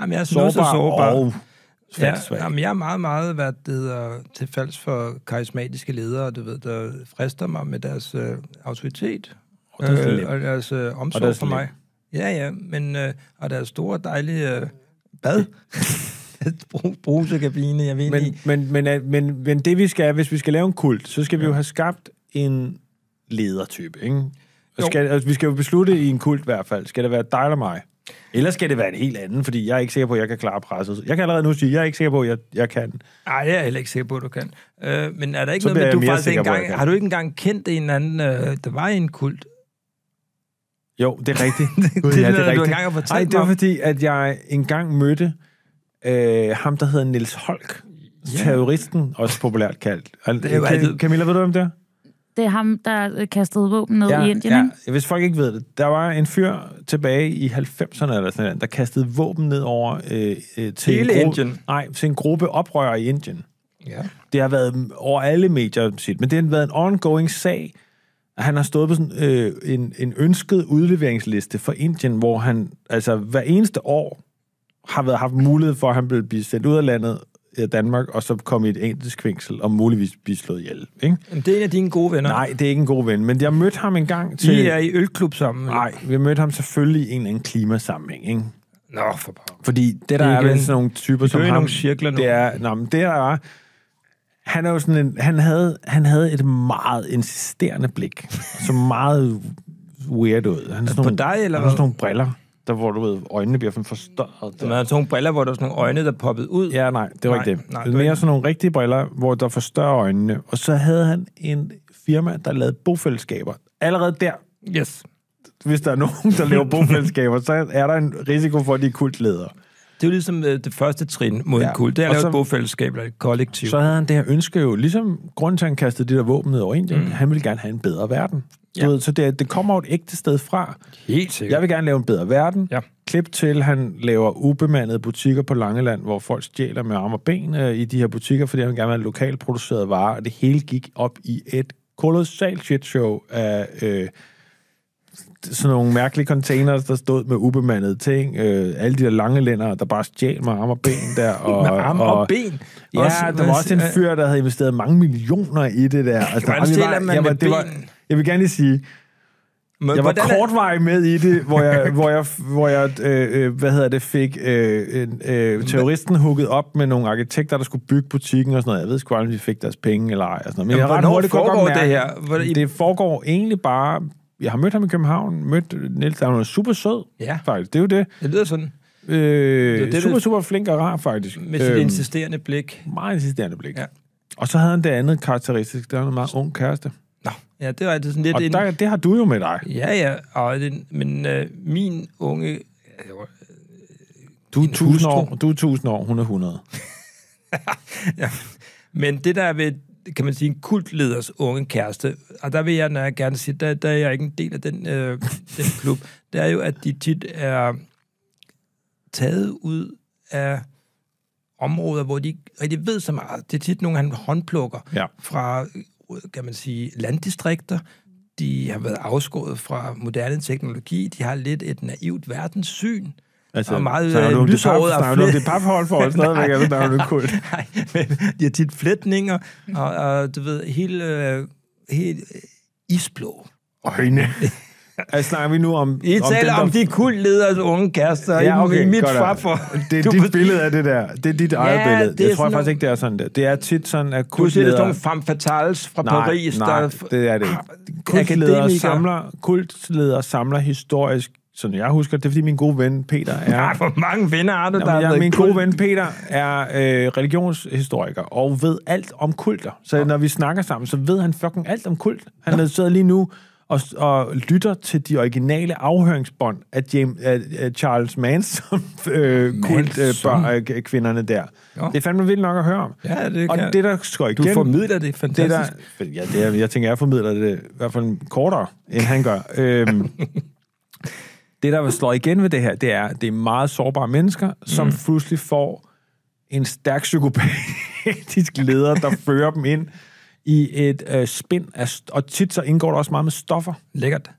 S1: Jamen, jeg er sårbar.
S2: sårbar,
S1: Så sårbar.
S2: og
S1: Ja,
S2: faldsvag.
S1: jamen, jeg er meget, meget hvad det hedder, til falds for karismatiske ledere, du ved, der frister mig med deres øh, autoritet
S2: Og deres lem.
S1: og deres øh, omsorg
S2: deres
S1: for
S2: lem.
S1: mig. Ja, ja, men øh, og deres store, dejlige øh,
S2: <laughs>
S1: bad. Bru- Brusekabine, jeg ved men,
S2: men,
S1: ikke.
S2: men, men, men, men, men det vi skal, hvis vi skal lave en kult, så skal vi jo have skabt en ledertype, ikke? Og
S1: Jo.
S2: skal, altså, vi skal jo beslutte i en kult i hvert fald, skal det være dig eller mig? Eller skal det være en helt anden, fordi jeg er ikke sikker på, at jeg kan klare presset. Jeg kan allerede nu sige, at jeg er ikke sikker på, at jeg, jeg kan.
S1: Ej, det er jeg heller ikke sikker på, du kan. Øh, men er der ikke
S2: Så
S1: noget med,
S2: bliver
S1: at du
S2: jeg mere
S1: faktisk ikke
S2: sikker på, jeg
S1: engang,
S2: kan.
S1: har du ikke engang kendt en eller anden, øh, der var i en kult?
S2: Jo, det er <laughs> rigtigt. Gud,
S1: det
S2: ja,
S1: er noget, du
S2: rigtigt.
S1: engang har fortalt
S2: Ej, det var
S1: mig om.
S2: fordi, at jeg engang mødte øh, ham, der hedder Nils Holk.
S1: Ja.
S2: Terroristen, også populært kaldt. Det
S1: er jo altid-
S2: Camilla, ved du, hvem det er?
S4: Det er ham, der øh, kastede våben ned i Indien, ikke?
S2: ja. Hvis folk ikke ved det, der var en fyr tilbage i 90'erne eller sådan noget, der kastede våben ned over øh, øh, til,
S1: Hele
S2: en
S1: Indien.
S2: nej, til en gruppe oprørere i Indien.
S1: Ja.
S2: Det har været mm, over alle medier, set, men det har været en ongoing sag. Han har stået på sådan, øh, en, en ønsket udleveringsliste for Indien, hvor han altså hver eneste år har været, haft mulighed for, at han blev blive sendt ud af landet af Danmark, og så kom i et indisk fængsel og muligvis blive slået ihjel. Ikke?
S1: Jamen, det er en af dine gode venner.
S2: Nej, det er ikke en god ven, men jeg mødte ham en gang til...
S1: I øh, er i ølklub sammen. eller?
S2: Nej, vi mødte ham selvfølgelig i en eller anden klimasammenhæng, ikke?
S1: Nå, for pokker.
S2: Fordi det, der
S1: er
S2: er, er
S1: igen-
S2: vel sådan nogle typer som
S1: kører i
S2: ham...
S1: nogle cirkler nu.
S2: Det er, nå, men det der er... Han er jo sådan en... Han havde, han havde et meget insisterende blik, som meget weird ud. Han er sådan
S1: På
S2: nogle,
S1: dig, eller
S2: Han har
S1: hvad?
S2: sådan nogle briller, der hvor du ved, øjnene bliver sådan forstørret.
S1: Man havde sådan nogle briller, hvor der var sådan nogle øjne, der poppede ud.
S2: Ja, nej, det var
S1: Nej,
S2: ikke det.
S1: nej,
S2: Nej,
S1: det var
S2: Mere
S1: ikke-
S2: sådan nogle rigtige briller, hvor der forstørrer øjnene. Og så havde han en firma, der lavede bofællesskaber. Allerede der
S1: Yes.
S2: hvis der er nogen, der laver bofællesskaber, så er der en risiko for, at de er kultledere.
S1: Det er jo ligesom øh, det første trin mod ja.
S2: Ja.
S1: en kult. Det er at
S2: Og
S1: lave
S2: så-
S1: et bofællesskab eller et kollektiv.
S2: Så
S1: Så...
S2: havde han det her ønske jo, ligesom grunden til, at han kastede det der våben ned over Indien, mm. han ville gerne have en bedre verden.
S1: Ja.
S2: Ja. Ved, så det, det kommer jo et ægte sted fra.
S1: Helt sikkert.
S2: Jeg vil gerne lave en bedre verden.
S1: Ja.
S2: Klip til, han laver ubemandede butikker på Langeland, hvor folk stjæler med arme og ben øh, i de her butikker, fordi han gerne vil have lokalt produceret varer, og det hele gik op i et kolossalt shit show af øh, sådan nogle mærkelige containers, der stod med ubemandede ting. Øh, alle de der langelændere, der bare stjal med arme og ben
S1: <laughs>
S2: der. Og,
S1: Med arme og, øh, og ben.
S2: Ja, også, der var også en fyr, der havde investeret mange millioner i det der. Altså,
S1: Hvordan
S2: og vi
S1: stiller
S2: var-
S1: man
S2: jeg var-
S1: med
S2: det var-
S1: ben?
S2: Jeg vil gerne lige sige,
S1: Men,
S2: jeg var
S1: hvordan er-
S2: kortvarig med i det, hvor jeg, <laughs> hvor jeg, hvor jeg øh, øh, hvad hedder det, fik øh, en, øh, terroristen hugget op med nogle arkitekter, der skulle bygge butikken og sådan noget. Jeg ved sgu aldrig, om de fik deres penge eller ej. Og sådan noget. Men
S1: Jamen,
S2: jeg har ret
S1: hvornår
S2: hurtigt kunne jeg godt
S1: foregår
S2: mærke,
S1: det her? Hvor- i-
S2: Det foregår egentlig bare... Jeg har mødt ham i København, mødt Niels, han var super sød,
S1: Ja.
S2: faktisk. Det er jo det.
S1: Det lyder sådan.
S2: Øh,
S1: er det,
S2: det, det super,
S1: det-
S2: super flink og rar, faktisk.
S1: Med sit
S2: Øhm,
S1: insisterende blik.
S2: meget insisterende blik.
S1: Ja.
S2: Ja. Og så havde han det andet karakteristisk, der var en meget ung kæreste.
S1: Nå, ja, det var altid sådan lidt...
S2: Og
S1: en...
S2: der, det har du jo med dig.
S1: Ja, ja. Og det, men øh, min unge...
S2: Du er
S1: Din
S2: 1000
S1: hustru.
S2: år, du er 1000 år, hun er 100.
S1: Men det der er ved, kan man sige, en kultleders unge kæreste, og der vil jeg, når jeg gerne sige, der, der er jeg ikke en del af den, øh, den klub, det er jo, at de tit er taget ud af områder, hvor de ikke rigtig ved så meget. Det er tit nogle, han håndplukker
S2: Ja.
S1: fra, øh, kan man sige, landdistrikter. De har været afskåret fra moderne teknologi. De har lidt et naivt verdenssyn.
S2: Altså,
S1: Og meget,
S2: snakker
S1: øh,
S2: du om det
S1: lyshåret
S2: pap-
S1: og
S2: snakker du om
S1: flæ-
S2: det paphold for <laughs> os stadigvæk, eller snakker du om kult?
S1: <laughs> Nej, men de har tit flætninger, og, og du ved, hele, øh, helt øh, isblå.
S2: Øjne. Altså, snakker vi nu om...
S1: I
S2: om
S1: taler
S2: dem,
S1: om
S2: der-
S1: de kultlederes unge kærester ja, okay, i mit
S2: godt,
S1: farfor.
S2: Allan. Det er dit billede af det der. Det er dit eget billede.
S1: det er
S2: Det jeg tror
S1: sådan
S2: jeg faktisk
S1: nogle-
S2: ikke, det er sådan der. Det er tit sådan, at
S1: Du siger, det er sådan
S2: kultledere...
S1: nogle femme fatales fra Paris,
S2: nej,
S1: der...
S2: det er det ikke. Kultledere
S1: Akademikere.
S2: samler, kultledere samler historisk, sådan jeg husker, det er fordi min gode ven Peter er...
S1: Ja, Ah, hvor mange venner har du, der
S2: Jamen,
S1: har
S2: jeg,
S1: været
S2: min
S1: i
S2: gode
S1: kult?
S2: ven Peter er øh, religionshistoriker og ved alt om kulter. Så når vi snakker sammen, så ved han fucking alt om kult. Han er sidder lige nu og, og lytter til de originale afhøringsbånd af, James, af, af Charles Manson, <laughs> øh, kult, øh, bør, øh, kvinderne der.
S1: Nå.
S2: Det er fandme vildt nok at høre om.
S1: Ja, det
S2: og
S1: kan-
S2: det, der skår
S1: Du
S2: igen...
S1: formidler det
S2: det der,
S1: fantastisk.
S2: ja, det er, jeg tænker, jeg formidler det i hvert fald kortere, end han gør. øhm, <laughs> det, der slår igen ved det her, det er, at det er meget sårbare mennesker, som mm. pludselig får en stærk <laughs> psykopatisk leder, der fører dem ind i et øh, spind. Af st- og tit så indgår der også meget med stoffer.
S1: Lækkert.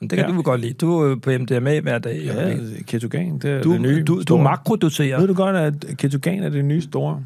S1: Men Det kan
S2: Ja.
S1: du vel godt lide. Du er jo på MDMA hver dag.
S2: Ja, ketogen, det er
S1: Du,
S2: det nye.
S1: du, du
S2: store.
S1: makrodoserer.
S2: Ved du godt, at ketogen er det nye <laughs> store?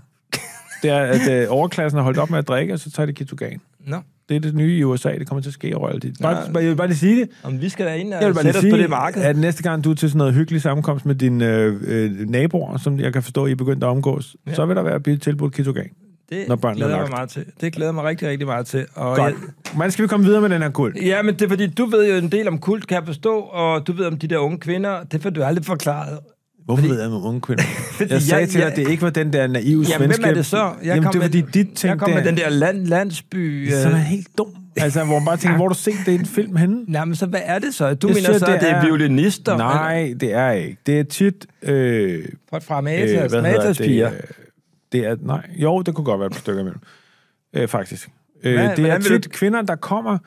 S2: Det er, at øh, overklassen har holdt op med at drikke, og så tager de ketogen.
S1: Nå.
S2: Det er det nye i USA, det kommer til at ske overalt. Bare, ja. Jeg vil bare lige sige det.
S1: Om vi skal da ind
S2: Jeg vil
S1: og
S2: bare lige
S1: sætte os
S2: sige,
S1: på det marked.
S2: at næste gang du er til sådan noget hyggelig sammenkomst med dine øh, øh, naboer, som jeg kan forstå, I er begyndt at omgås, ja. så vil der være blevet tilbudt ketogen.
S1: det
S2: når børnene
S1: glæder
S2: er
S1: jeg mig
S2: lagt.
S1: meget til. Det glæder jeg mig rigtig, rigtig meget til. Og
S2: Godt. Hvordan skal vi komme videre med den her kult?
S1: Jeg, ja, men det er fordi, du ved jo en del om kult, kan jeg forstå, og du ved om de der unge kvinder. Det får du aldrig forklaret.
S2: Hvorfor fordi... ved jeg med
S1: <laughs>
S2: unge kvinder? jeg sagde
S1: jeg-
S2: til dig,
S1: jeg-
S2: at det ikke var den der naive
S1: Jamen,
S2: svenske...
S1: hvem er det så? Jeg
S2: Jamen, det er fordi,
S1: med,
S2: dit tænkte...
S1: jeg kom med den der land, landsby...
S2: Som er
S1: Øh,
S2: helt dum. Altså, hvor man bare tænker, hvor har du set det i en film henne?
S1: nej, men så hvad er det så? Du
S2: Jeg
S1: mener
S2: siger,
S1: så, at det er violinister?
S2: Nej, det er ikke. Det er tit... Øh,
S1: Folk fra Matas,
S2: hvad hedder
S1: Matas
S2: det?
S1: piger.
S2: Øh, Det er, nej, jo, det kunne godt være et par stykker imellem. Øh, faktisk. Øh,
S1: Hvad-
S2: det er
S1: hvordan vil du-
S2: tit kvinder, der kommer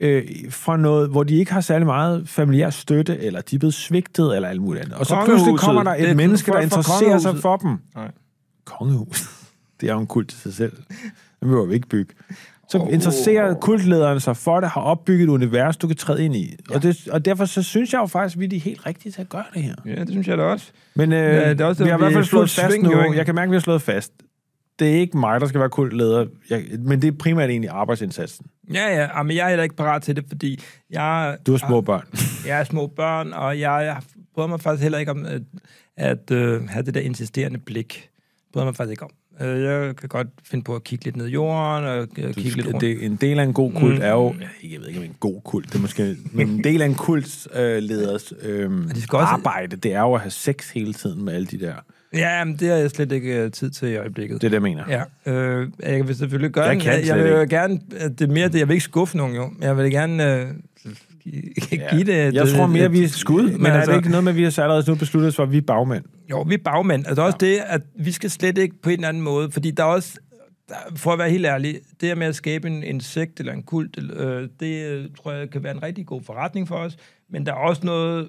S2: øh, fra noget, hvor de ikke har særlig meget familiær støtte, eller de er blevet svigtet, eller alt muligt andet. Og så pludselig
S1: Kongehuset.
S2: kommer der
S1: Det
S2: et
S1: er
S2: menneske,
S1: folk
S2: der
S1: fra
S2: interesserer sig
S1: kongehuset.
S2: for dem.
S1: Nej.
S2: Kongehuset. <laughs> Det er jo en kult til sig selv. Den behøver vi ikke bygge. Så interesserer kultlederen sig for det, har opbygget et univers, du kan træde ind i. Ja. Og, det, og derfor så synes jeg jo faktisk, at vi er de helt rigtige til at gøre det her.
S1: Ja, det synes jeg da også.
S2: Men øh,
S1: Ja,
S2: ja,
S1: det er også,
S2: vi har i
S1: at
S2: hvert
S1: vi
S2: fuld
S1: er
S2: slået
S1: fuldt
S2: fast
S1: sving,
S2: nu.
S1: jo, ikke?
S2: Jeg kan mærke, at vi har slået fast. Det er ikke mig, der skal være kultleder, jeg, men det er primært egentlig arbejdsindsatsen.
S1: Ja, ja, ah, men jeg er heller ikke parat til det, fordi jeg,
S2: Du har små børn.
S1: jeg Ah, er små børn, og jeg, jeg bryder mig faktisk heller ikke om at, at øh, have det der insisterende blik. bryder mig faktisk ikke om. Øh, jeg kan godt finde på at kigge lidt ned i jorden, og øh, kigge lidt rundt. Mm. Det.
S2: Det, en del af en god kult er jo... Jeg ved ikke, om en god kult, det er måske... Men en del af en kults øh,
S1: <laughs>
S2: leders øh,
S1: de skal også-
S2: arbejde, det er jo at have sex hele tiden med alle de der...
S1: Ja, men det har jeg slet ikke øh, tid til i øjeblikket.
S2: Det er det, jeg mener.
S1: Ja, øh, jeg vil selvfølgelig gøre
S2: Jeg
S1: den.
S2: kan
S1: jeg, jeg
S2: slet
S1: vil jo
S2: ikke.
S1: gerne, at det er mere det, jeg vil ikke skuffe nogen jo, men jeg vil gerne øh, give, give det altså-
S2: Jeg
S1: et-
S2: tror mere,
S1: et
S2: vi er skud, men, altså- men er det ikke noget med, at vi har allerede nu besluttet os for, at vi er bagmænd?
S1: Jo, vi er bagmænd. Altså også det, at vi skal slet ikke på en eller anden måde, fordi der er også, der, for at være helt ærlig, det her med at skabe en, en sekt eller en kult, øh, det øh, tror jeg kan være en rigtig god forretning for os, men der er også noget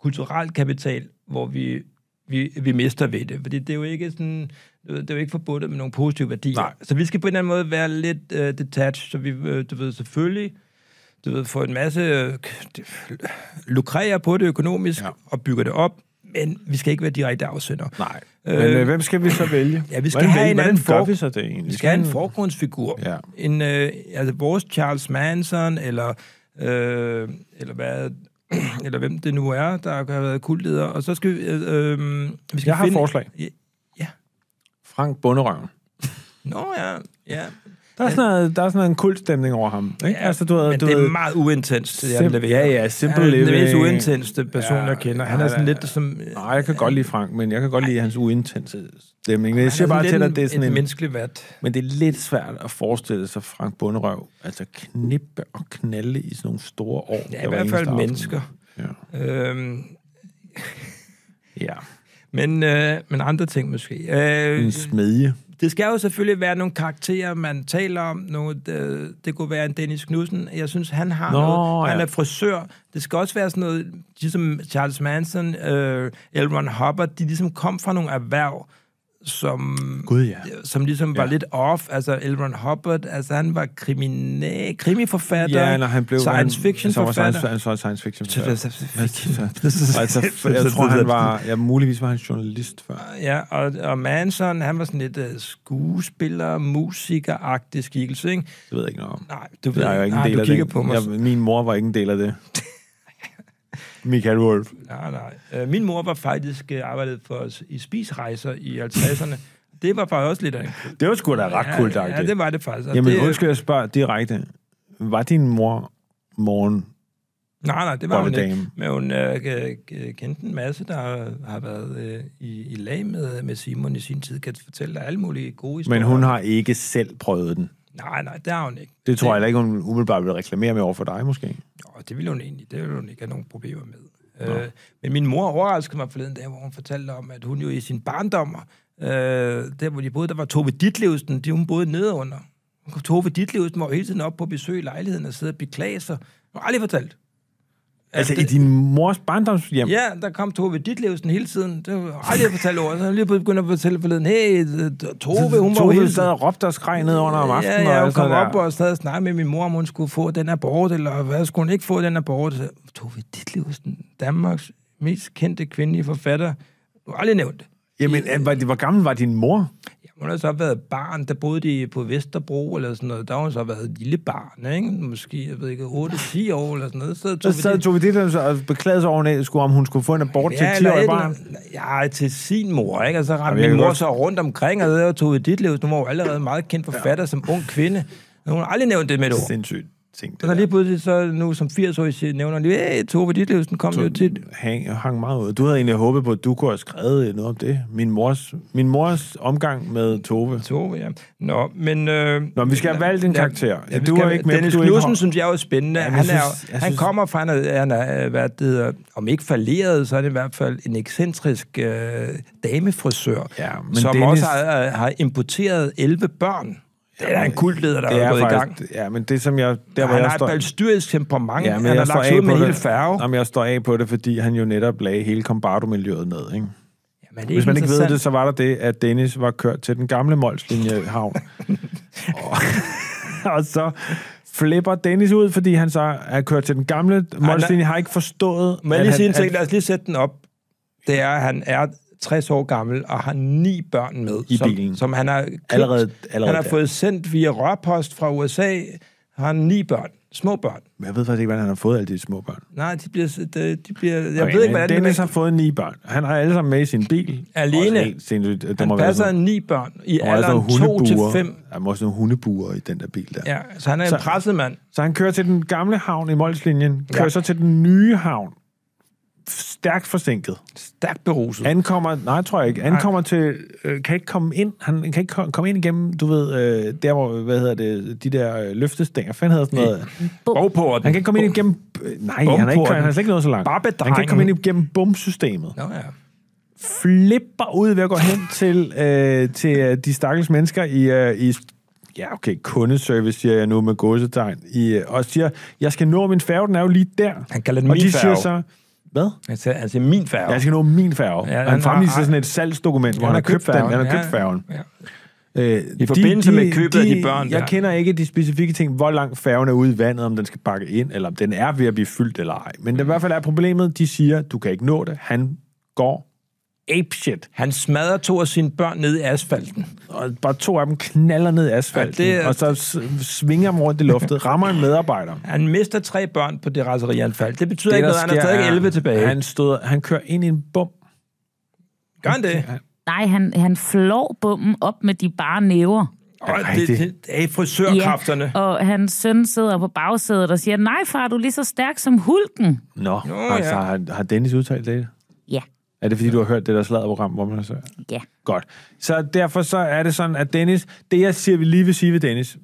S1: kulturel kapital, hvor vi, vi, vi mister ved det, fordi det er jo ikke sådan, du ved, det er jo ikke forbundet med nogle positive værdier.
S2: Nej.
S1: Så vi skal på en eller anden måde være lidt øh, detached, så vi, øh, du ved, selvfølgelig du ved, får en masse, øh, k- det- lukrerer på det økonomisk
S2: Ja.
S1: ja. og bygger det op, men vi skal ikke være direkte afsender.
S2: Nej.
S1: Øh,
S2: Men øh, hvem skal vi så vælge?
S1: Ja, vi skal
S2: hvordan,
S1: have en
S2: hvordan
S1: anden
S2: gør
S1: for-
S2: vi så det egentlig?
S1: Vi skal have en forgrundsfigur.
S2: Ja.
S1: En, øh, altså vores Charles Manson, eller, øh, eller, hvad, <clears throat> eller hvem det nu er, der har været kultleder. Og så skal vi... Øh, øh, vi skal
S2: Jeg har et
S1: finde...
S2: forslag.
S1: Ja. ja.
S2: Frank Bunderøven.
S1: Nå ja, ja.
S2: Der er, sådan noget, der er sådan noget en kultstemning over ham. Ikke?
S1: ja
S2: altså, du, ved-
S1: men
S2: du
S1: det
S2: ved,
S1: er meget uintenst, det
S2: Sim-
S1: han leverer.
S2: ja, ja, simple
S1: Han er den mest
S2: living.
S1: uintenste person,
S2: Ja,
S1: jeg kender. Han er
S2: han
S1: sådan
S2: er-
S1: lidt som...
S2: Nej, jeg kan godt lide Frank, men jeg kan godt lide hans uintense stemning. Jeg siger bare til dig, at det er sådan
S1: en...
S2: en...
S1: menneskelig vat.
S2: Men det er lidt svært at forestille sig Frank Bunderøv, altså knippe og knalde i sådan nogle store år.
S1: Ja, i
S2: hver
S1: hvert
S2: eneste
S1: fald
S2: aften.
S1: mennesker.
S2: Ja.
S1: Øhm,
S2: ja.
S1: men, øh, men andre ting måske. Øh,
S2: En smedje.
S1: Det skal jo selvfølgelig være nogle karakterer, man taler om. Nogle, det, det kunne være en Dennis Knudsen. Jeg synes, han har
S2: Nå,
S1: noget. Han
S2: ja.
S1: er frisør. Det skal også være sådan noget, ligesom Charles Manson, øh, L. Ron Hubbard, de ligesom kom fra nogle erhverv, som,
S2: Gud, ja.
S1: som ligesom var
S2: Ja.
S1: lidt off. Altså, L. Ron Hubbard, altså han var kriminal, krimiforfatter,
S2: Ja, når han blev...
S1: science fiction
S2: han, så var
S1: forfatter.
S2: science, han så var science fiction
S1: <laughs>
S2: forfatter.
S1: Så-
S2: Altså, jeg tror, han var... Ja, muligvis var han journalist før.
S1: Ja, og, og Manson, han var sådan lidt uh, skuespiller, musiker-agtig skikkelse, ikke?
S2: Det ved jeg ikke noget om.
S1: Nej, du ved
S2: Jeg er jo ikke en
S1: nej,
S2: del
S1: du
S2: af
S1: kigger
S2: det.
S1: på mig. <laughs>
S2: Jeg, min mor var ikke en del af det. Michael Wolf.
S1: Nej, nej. Øh, Min mor var faktisk øh, arbejdet for os i spisrejser i
S2: <laughs>
S1: 50'erne. Det var faktisk også lidt af en kult.
S2: Det var sgu da ret cool,
S1: ja, ja, det var det faktisk. Og
S2: Jamen,
S1: det, øh,
S2: undskyld, jeg spørger direkte. Var din mor morgen?
S1: Nej, nej, det var hun
S2: Bondedame.
S1: ikke. Men hun øh, k- k- kendte en masse, der øh, har været øh, i, i lag med, med Simon i sin tid, kan fortælle dig alle mulige gode historier.
S2: Men hun har ikke selv prøvet den.
S1: Nej, nej, det har hun ikke.
S2: Det tror jeg heller ikke, hun umiddelbart vil reklamere med over for dig, måske.
S1: Jo, det ville hun egentlig, det ville hun ikke have nogen problemer med. Øh, men min mor overraskede mig forleden dag, hvor hun fortalte om, at hun jo i sin barndom, øh, der hvor de boede, der var Tove Ditlevsen, de hun boede nedenunder. Tove Ditlevsen var jo hele tiden oppe på besøg i lejligheden og sidde og beklage sig. Hun har aldrig fortalt.
S2: Altså,
S1: det-
S2: i din mors barndomshjem?
S1: Ja, der kom Tove Ditlevsen hele tiden. Det var aldrig fortalt over. Så har hun lige begyndt at fortælle forleden, hey, Tove, hun var jo
S2: Tove
S1: hele
S2: sad
S1: tiden.
S2: og råbte og skreg ned under om aftenen.
S1: Ja, ja,
S2: og
S1: hun
S2: alt
S1: kom
S2: sådan
S1: op
S2: der.
S1: og stadig snakke med min mor, om hun skulle få den abort, eller hvad skulle hun ikke få den abort? Så, Tove Ditlevsen, Danmarks mest kendte kvindelige forfatter. Du har aldrig nævnt det.
S2: Jamen, øh, var, hvor gammel var din mor?
S1: Jamen, hun har så været barn, der boede de på Vesterbro eller sådan noget. Der har hun så været et lille barn, ikke? Måske, jeg ved ikke, 8-10 år eller sådan noget. Så
S2: Så sad Tove Ditlevsen og beklagede sig over, at hun skulle- om hun skulle få en abort til
S1: Ja,
S2: 10
S1: eller
S2: år
S1: et
S2: i
S1: eller
S2: barn.
S1: andet. Ja, til sin mor, ikke? Og så ramte
S2: jeg
S1: min
S2: kan
S1: mor
S2: godt-
S1: så rundt omkring, og der tog i dit liv. Nu var hun allerede meget kendt forfatter som ung kvinde. Men Hun har aldrig nævnt det med et ord.
S2: Sindssygt ting.
S1: Så lige pludselig så nu som 80-årig siger- nævner hun lige, hey, Tove Ditlevsen kom jo til...
S2: hang, hang meget ud. Du havde egentlig håbet på, at du kunne have skrevet noget om det. Min mors, min mors omgang med Tove.
S1: Tove, ja. Nå, men... Øh,
S2: Nå, men vi skal have valgt en karakter.
S1: Ja, vi
S2: du
S1: skal,
S2: er ikke med.
S1: Dennis
S2: du er ikke-
S1: Knudsen synes jeg er jo spændende.
S2: Ja, men
S1: han,
S2: jeg
S1: er,
S2: synes-
S1: jo-
S2: jeg
S1: han
S2: synes-
S1: kommer fra, han er, han er øh, hvad det hedder, om ikke falderet, så er det i hvert fald en ekscentrisk øh, damefrisør,
S2: Ja, men
S1: som
S2: Dennis-
S1: også har, øh, har importeret 11 børn. Det er da en kultleder, der er
S2: det er
S1: gået i gang.
S2: faktisk, Ja, men det som jeg... Der, hvor
S1: han
S2: jeg
S1: har
S2: står,
S1: et balstyrisk temperament.
S2: ja,
S1: Ja,
S2: men
S1: han
S2: jeg
S1: har
S2: står
S1: lagt
S2: af
S1: ud
S2: på
S1: med
S2: det.
S1: hele færge.
S2: Jamen, jeg står af på det, fordi han jo netop lagde hele Combardo-miljøet ned, ikke?
S1: Jamen, er det
S2: Hvis man ikke ved det,
S1: interessant?
S2: så var der det, at Dennis var kørt til den gamle
S1: <laughs>
S2: Molslinjehavn. <laughs> og, og så flipper Dennis ud, fordi han så er kørt til den gamle Molslinje, har ikke forstået...
S1: Må jeg
S2: at
S1: lige
S2: han-
S1: sige en
S2: at-
S1: ting? Lad os lige sætte den op. Det er, at han er 60 år gammel og har ni børn med.
S2: I
S1: som,
S2: bilen.
S1: Som han har købt.
S2: Allerede- allerede
S1: han har
S2: der.
S1: fået sendt via rørpost fra USA. Har han ni børn. Små børn.
S2: Men Jeg ved faktisk ikke, hvordan han har fået alle de små børn.
S1: Nej, de bliver... De, de bliver jeg
S2: Okay,
S1: ved ikke,
S2: men
S1: hvordan
S2: Dennis
S1: det
S2: har fået ni børn. Han har alle sammen med i sin bil.
S1: Alene.
S2: Også helt sindssygt. Det
S1: Han
S2: må være
S1: passer
S2: sådan-
S1: ni børn i
S2: der må være sådan
S1: alderen
S2: nogle
S1: 2 til
S2: hundebuer.
S1: 5.
S2: Der må også nogle hundebuer i den der bil der.
S1: Ja, så han er
S2: Så-
S1: en presset mand.
S2: Så han kører til den gamle havn i Molslinjen, kører
S1: Ja.
S2: så til den nye havn, stærkt forsinket.
S1: Stærkt beruset.
S2: Ankommer, nej, tror jeg ikke. Ankommer til, øh, kan ikke komme ind, han kan ikke kom- komme ind igennem, du ved, øh, der hvor, hvad hedder det, de der øh, løftestænger, hvad fanden hedder sådan noget?
S1: Bogporten.
S2: Han kan ikke komme ind igennem, øh, nej, han er, ikke,
S1: Bumporten.
S2: han er slet ikke nået så langt.
S1: Barbedrengen.
S2: Han kan ikke komme ind igennem bumsystemet.
S1: Nå ja.
S2: flipper ud ved at gå hen til, øh, til øh, de stakkels mennesker i, øh, i ja, okay, kundeservice, siger jeg nu med godsetegn, i, øh, og siger, jeg skal nå min færge, den er jo lige der.
S1: Han kalder den
S2: og
S1: min
S2: de siger
S1: færge.
S2: så, hvad?
S1: Altså, altså min færge.
S2: Jeg skal nå min færge.
S1: Ja,
S2: Ja,
S1: han
S2: han fremviser
S1: har-
S2: sådan et salgsdokument, hvor han har købt den, han har købt færgen.
S1: Ja, ja.
S2: Øh, I
S1: forbindelse med købet af de børn,
S2: Jeg
S1: der-
S2: kender ikke de specifikke ting, hvor langt færgen er ude i vandet, om den skal pakke ind, eller om den er ved at blive fyldt eller ej. Men det i hvert fald er problemet, de siger, du kan ikke nå det. Han går apeshit.
S1: Han smadrer to af sine børn ned i asfalten.
S2: og bare to af dem knaller ned i
S1: Ja,
S2: asfalten, ja,
S1: det er-
S2: er... og så s- svinger dem rundt i
S1: <laughs>
S2: luftet, rammer en medarbejder.
S1: Han mister tre børn på det raserianfald. Det betyder det, ikke
S2: Det, der
S1: noget, han har
S2: sker,
S1: stadig
S2: er,
S1: 11 tilbage. Han,
S2: Han, stod, han kører ind i en bum.
S1: Gør han det?
S4: Nej, han, han flår bommen op med de bare næver.
S1: Og det,
S2: rigtigt?
S1: det, det er frisørkræfterne. Ja.
S4: og hans søn sidder på bagsædet og siger, nej far, du er lige så stærk som hulken.
S2: Nå, Nå altså,
S1: ja.
S2: ja. har, har Dennis udtalt det?
S4: Ja,
S2: Er det, fordi du har hørt det der sladderprogram, hvor man så...
S4: ja.
S2: Godt. Så derfor så er det sådan, at Dennis... Det, jeg siger, vi lige vil sige ved Dennis,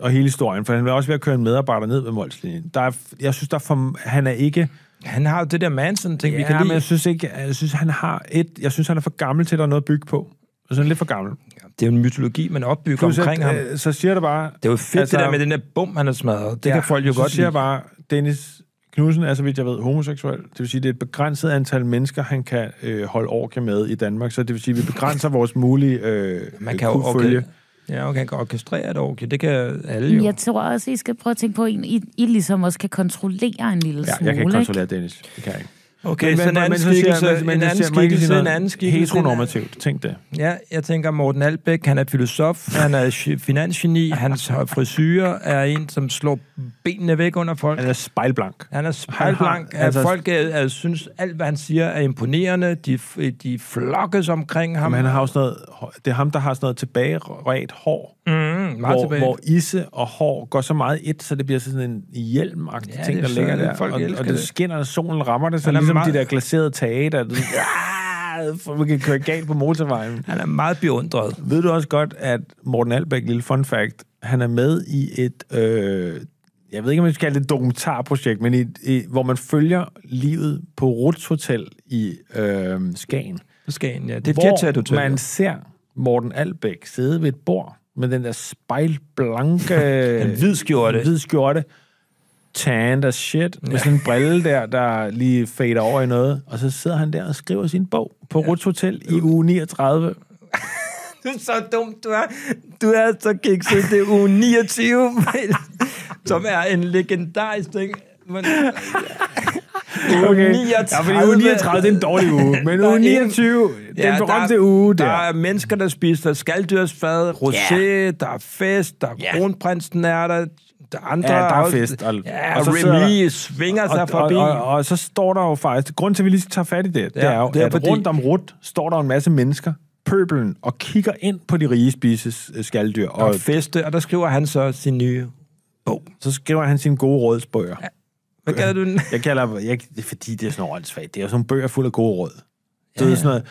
S2: og hele historien, for han vil også ved at køre en medarbejder ned ved Molslinjen. Der er, jeg synes, der er for, han er ikke...
S1: Han har jo det der Manson-ting, ja, vi
S2: Ja,
S1: kan
S2: men
S1: lide.
S2: jeg synes ikke... Jeg synes, han har et... Jeg synes, han er for gammel til, at der er noget at bygge på. Jeg synes, han er lidt for gammel.
S1: Det er jo en mytologi, man opbygger
S2: Plus,
S1: omkring
S2: at,
S1: ham.
S2: øh, Så siger det bare...
S1: Det er jo fedt, altså, det der med den der bum, han har smadret. Det ja, kan folk jo
S2: så
S1: godt
S2: siger
S1: lide.
S2: jeg bare, Dennis Knudsen er, så vidt jeg ved, homoseksuel. Det vil sige, det er et begrænset antal mennesker, han kan øh, holde orke med i Danmark. Så det vil sige, vi
S1: <laughs>
S2: begrænser vores mulige øh,
S1: Man kan jo
S2: følge.
S1: okay, ja, okay, han kan orkestrere et orke. Det kan alle jo.
S4: Jeg tror også, I skal prøve at tænke på en, I, I ligesom også kan kontrollere en lille
S2: Ja,
S4: smule.
S2: jeg kan ikke
S4: ikke?
S2: kontrollere Dennis. Det kan jeg ikke.
S1: Okay, så en anden skikkelse, en anden skikkelse, en anden skikkelse.
S2: Heteronormativt, tænk det.
S1: Ja, jeg tænker Morten Albæk, han er filosof, han
S2: <laughs>
S1: er chi- finansgeni, hans frisyrer er en, som slår benene væk under folk.
S2: Han er spejlblank.
S1: Han er spejlblank.
S2: Han har-
S1: Altså,
S2: altså-
S1: folk er, er, synes, alt hvad han siger er imponerende. De, f- øh, de flokkes omkring ham.
S2: Men han har også noget, det er ham, der har sådan noget tilbageret hår, mm,
S1: Mm, meget
S2: hvor,
S1: tilbage.
S2: hvor isse og hår går så meget i et, så det bliver sådan en hjelm ja,
S1: Ja, det
S2: ting, der
S1: er
S2: ligger
S1: sådan,
S2: der.
S1: folk
S2: og,
S1: elsker
S2: og det
S1: det.
S2: skinner, og solen rammer det, så
S1: Han er
S2: ligesom
S1: meget-
S2: de der glaserede tage, der
S1: <laughs>
S2: Ah, for man kan køre galt på motorvejen.
S1: Han er meget beundret.
S2: Ved du også godt, at Morten Albæk, lille fun fact, han er med i et, øh, jeg ved ikke, om man skal kalde det et dokumentarprojekt, men i, i, hvor man følger livet på Ruts Hotel i øh, Skagen.
S1: På Skagen, ja. Det er Jet Set
S2: Hvor
S1: Hotel.
S2: man ser Morten Albæk sidde ved et bord med den der spejlblanke...
S1: <laughs> En hvid skjorte.
S2: En hvid skjorte. Tanned as shit. Med sådan en
S1: <laughs>
S2: brille der, der lige fader over i noget. Og så sidder han der og skriver sin bog på ja. Ruts Hotel i uge 39.
S1: <laughs> Du er så dum, du er. Du er så kikset. Det er uge 29, <laughs> som er en legendarisk ting. Men, Uge 39.
S2: Ja, fordi uge 39, det er en dårlig uge. Men
S1: Der er
S2: uge
S1: en-
S2: 29, den
S1: der
S2: berømte
S1: er-
S2: uge
S1: der.
S2: der.
S1: er mennesker, der spiser skaldyrsfad, rosé, der er fest, der er kronprinsen er der, der er andre...
S2: Ja, der er
S1: også-
S2: fest, og-
S1: ja, og
S2: og så
S1: Remy svinger sig
S2: og,
S1: forbi.
S2: Og, og, og så står der jo faktisk... Grunden til, at vi lige skal tage fat i det, ja, det er jo, det er at fordi... rundt om rut står der jo en masse mennesker, pøbelen, og kigger ind på de rige spises øh, skaldyr.
S1: og,
S2: Og
S1: feste, og der skriver han så sin nye bog.
S2: så skriver han sine gode rådsbøger. Ja.
S1: Hvad kalder
S2: <laughs>
S1: du den?
S2: Jeg kalder... Jeg, det er fordi det er sådan noget åndssvagt. Det er jo sådan nogle bøger fuld af gode råd. Det er sådan noget...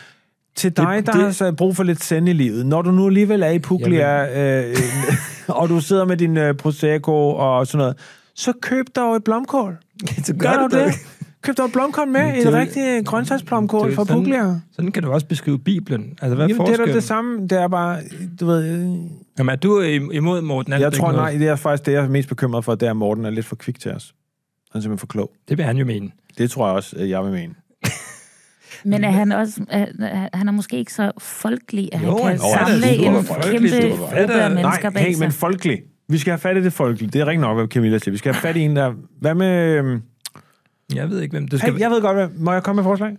S2: Til dig, det, der
S1: det-
S2: det... har så brug for lidt send i livet, når du nu alligevel er i Puglia, øh, <laughs> og du sidder med din øh, Prosecco og sådan noget, så køb dig et blomkål.
S1: så
S2: Gør, du det? Køb dig et blomkål med,
S1: det er
S2: et
S1: jo-
S2: rigtigt grøntsagsblomkål fra Puglia.
S1: Sådan kan du også beskrive Bibelen. Altså, hvad er
S2: Jamen, det er da
S1: forskellen?
S2: det samme. Det er bare, du ved... øh,
S1: Jamen, er du im- imod Morten
S2: Jeg
S1: Albæk
S2: tror,
S1: nu?
S2: nej, det er faktisk det, jeg er mest bekymret for, det er, at Morten er lidt for kvik til os. Han er simpelthen for klog.
S1: Det vil han jo mene.
S2: Det tror jeg også, øh, jeg vil mene.
S4: Men er han, også, er, han er måske ikke så folkelig, at
S1: Jo, han
S4: han kan
S1: er
S4: samle
S1: super
S4: en
S1: folkelig,
S4: kæmpe
S1: super folkelig.
S4: gruppe af mennesker
S2: nej,
S4: bag
S2: hey, men
S4: sig.
S2: folkelig. Vi skal have fat i det folkelige. Det er rigtig nok, hvad Camilla siger. Vi skal have fat i en, der... Hvad med... øhm,
S1: Jeg ved ikke, hvem det skal
S2: Hey, jeg ved godt, hvad... Må jeg komme med et forslag?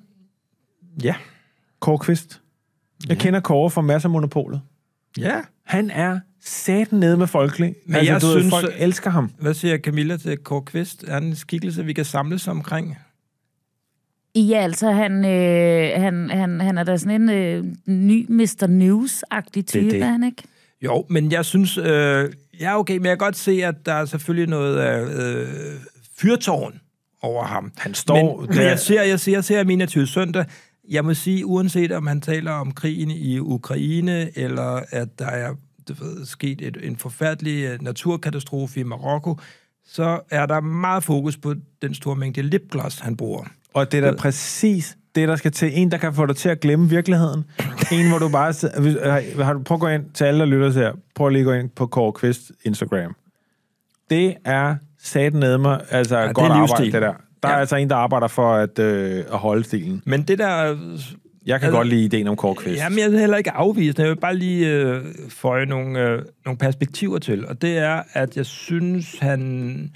S1: Ja.
S2: Kåre Kvist. Jeg kender Kåre fra Masser af Monopolet.
S1: Ja.
S2: Han er satan nede med folkelig. Men
S1: jeg
S2: altså, du
S1: synes-
S2: ved, folk elsker ham.
S1: Hvad siger Camilla til Kåre Kvist? Er han en skikkelse, vi kan samles omkring?
S4: Ja, altså, han, øh, han, han, han er da sådan en øh, ny Mr. News-agtig type,
S2: det.
S4: er han ikke?
S1: Jo, men jeg synes... Øh, ja, okay, men jeg kan godt se, at der er selvfølgelig noget øh, fyrtårn over ham. Han
S2: står
S1: Men,
S2: der-
S1: men jeg ser, jeg ser, jeg ser 21. søndag. Jeg må sige, uanset om han taler om krigen i Ukraine, eller at der er du ved, sket et, en forfærdelig øh, naturkatastrofe i Marokko, så er der meget fokus på den store mængde lipgloss, han bruger.
S2: Og det er da præcis det, der skal til. En, der kan få dig til at glemme virkeligheden. En, hvor du bare... sidder- Hvis- øh, Har du, prøv at gå ind til alle, der lytter her. Prøv lige at gå ind på Kåre Kvist Instagram. Det er satan ned mig. Altså, ja,
S1: er
S2: godt arbejde,
S1: livsstil.
S2: det der. Der er
S1: Ja.
S2: altså en, der arbejder for at, øh, at holde stilen.
S1: Men det der...
S2: Jeg kan
S1: Altså-
S2: godt lide ideen om Kåre Kvist.
S1: Jamen, jeg vil heller ikke afvise Jeg vil bare lige øh, føje nogle, øh, nogle perspektiver til. Og det er, at jeg synes, han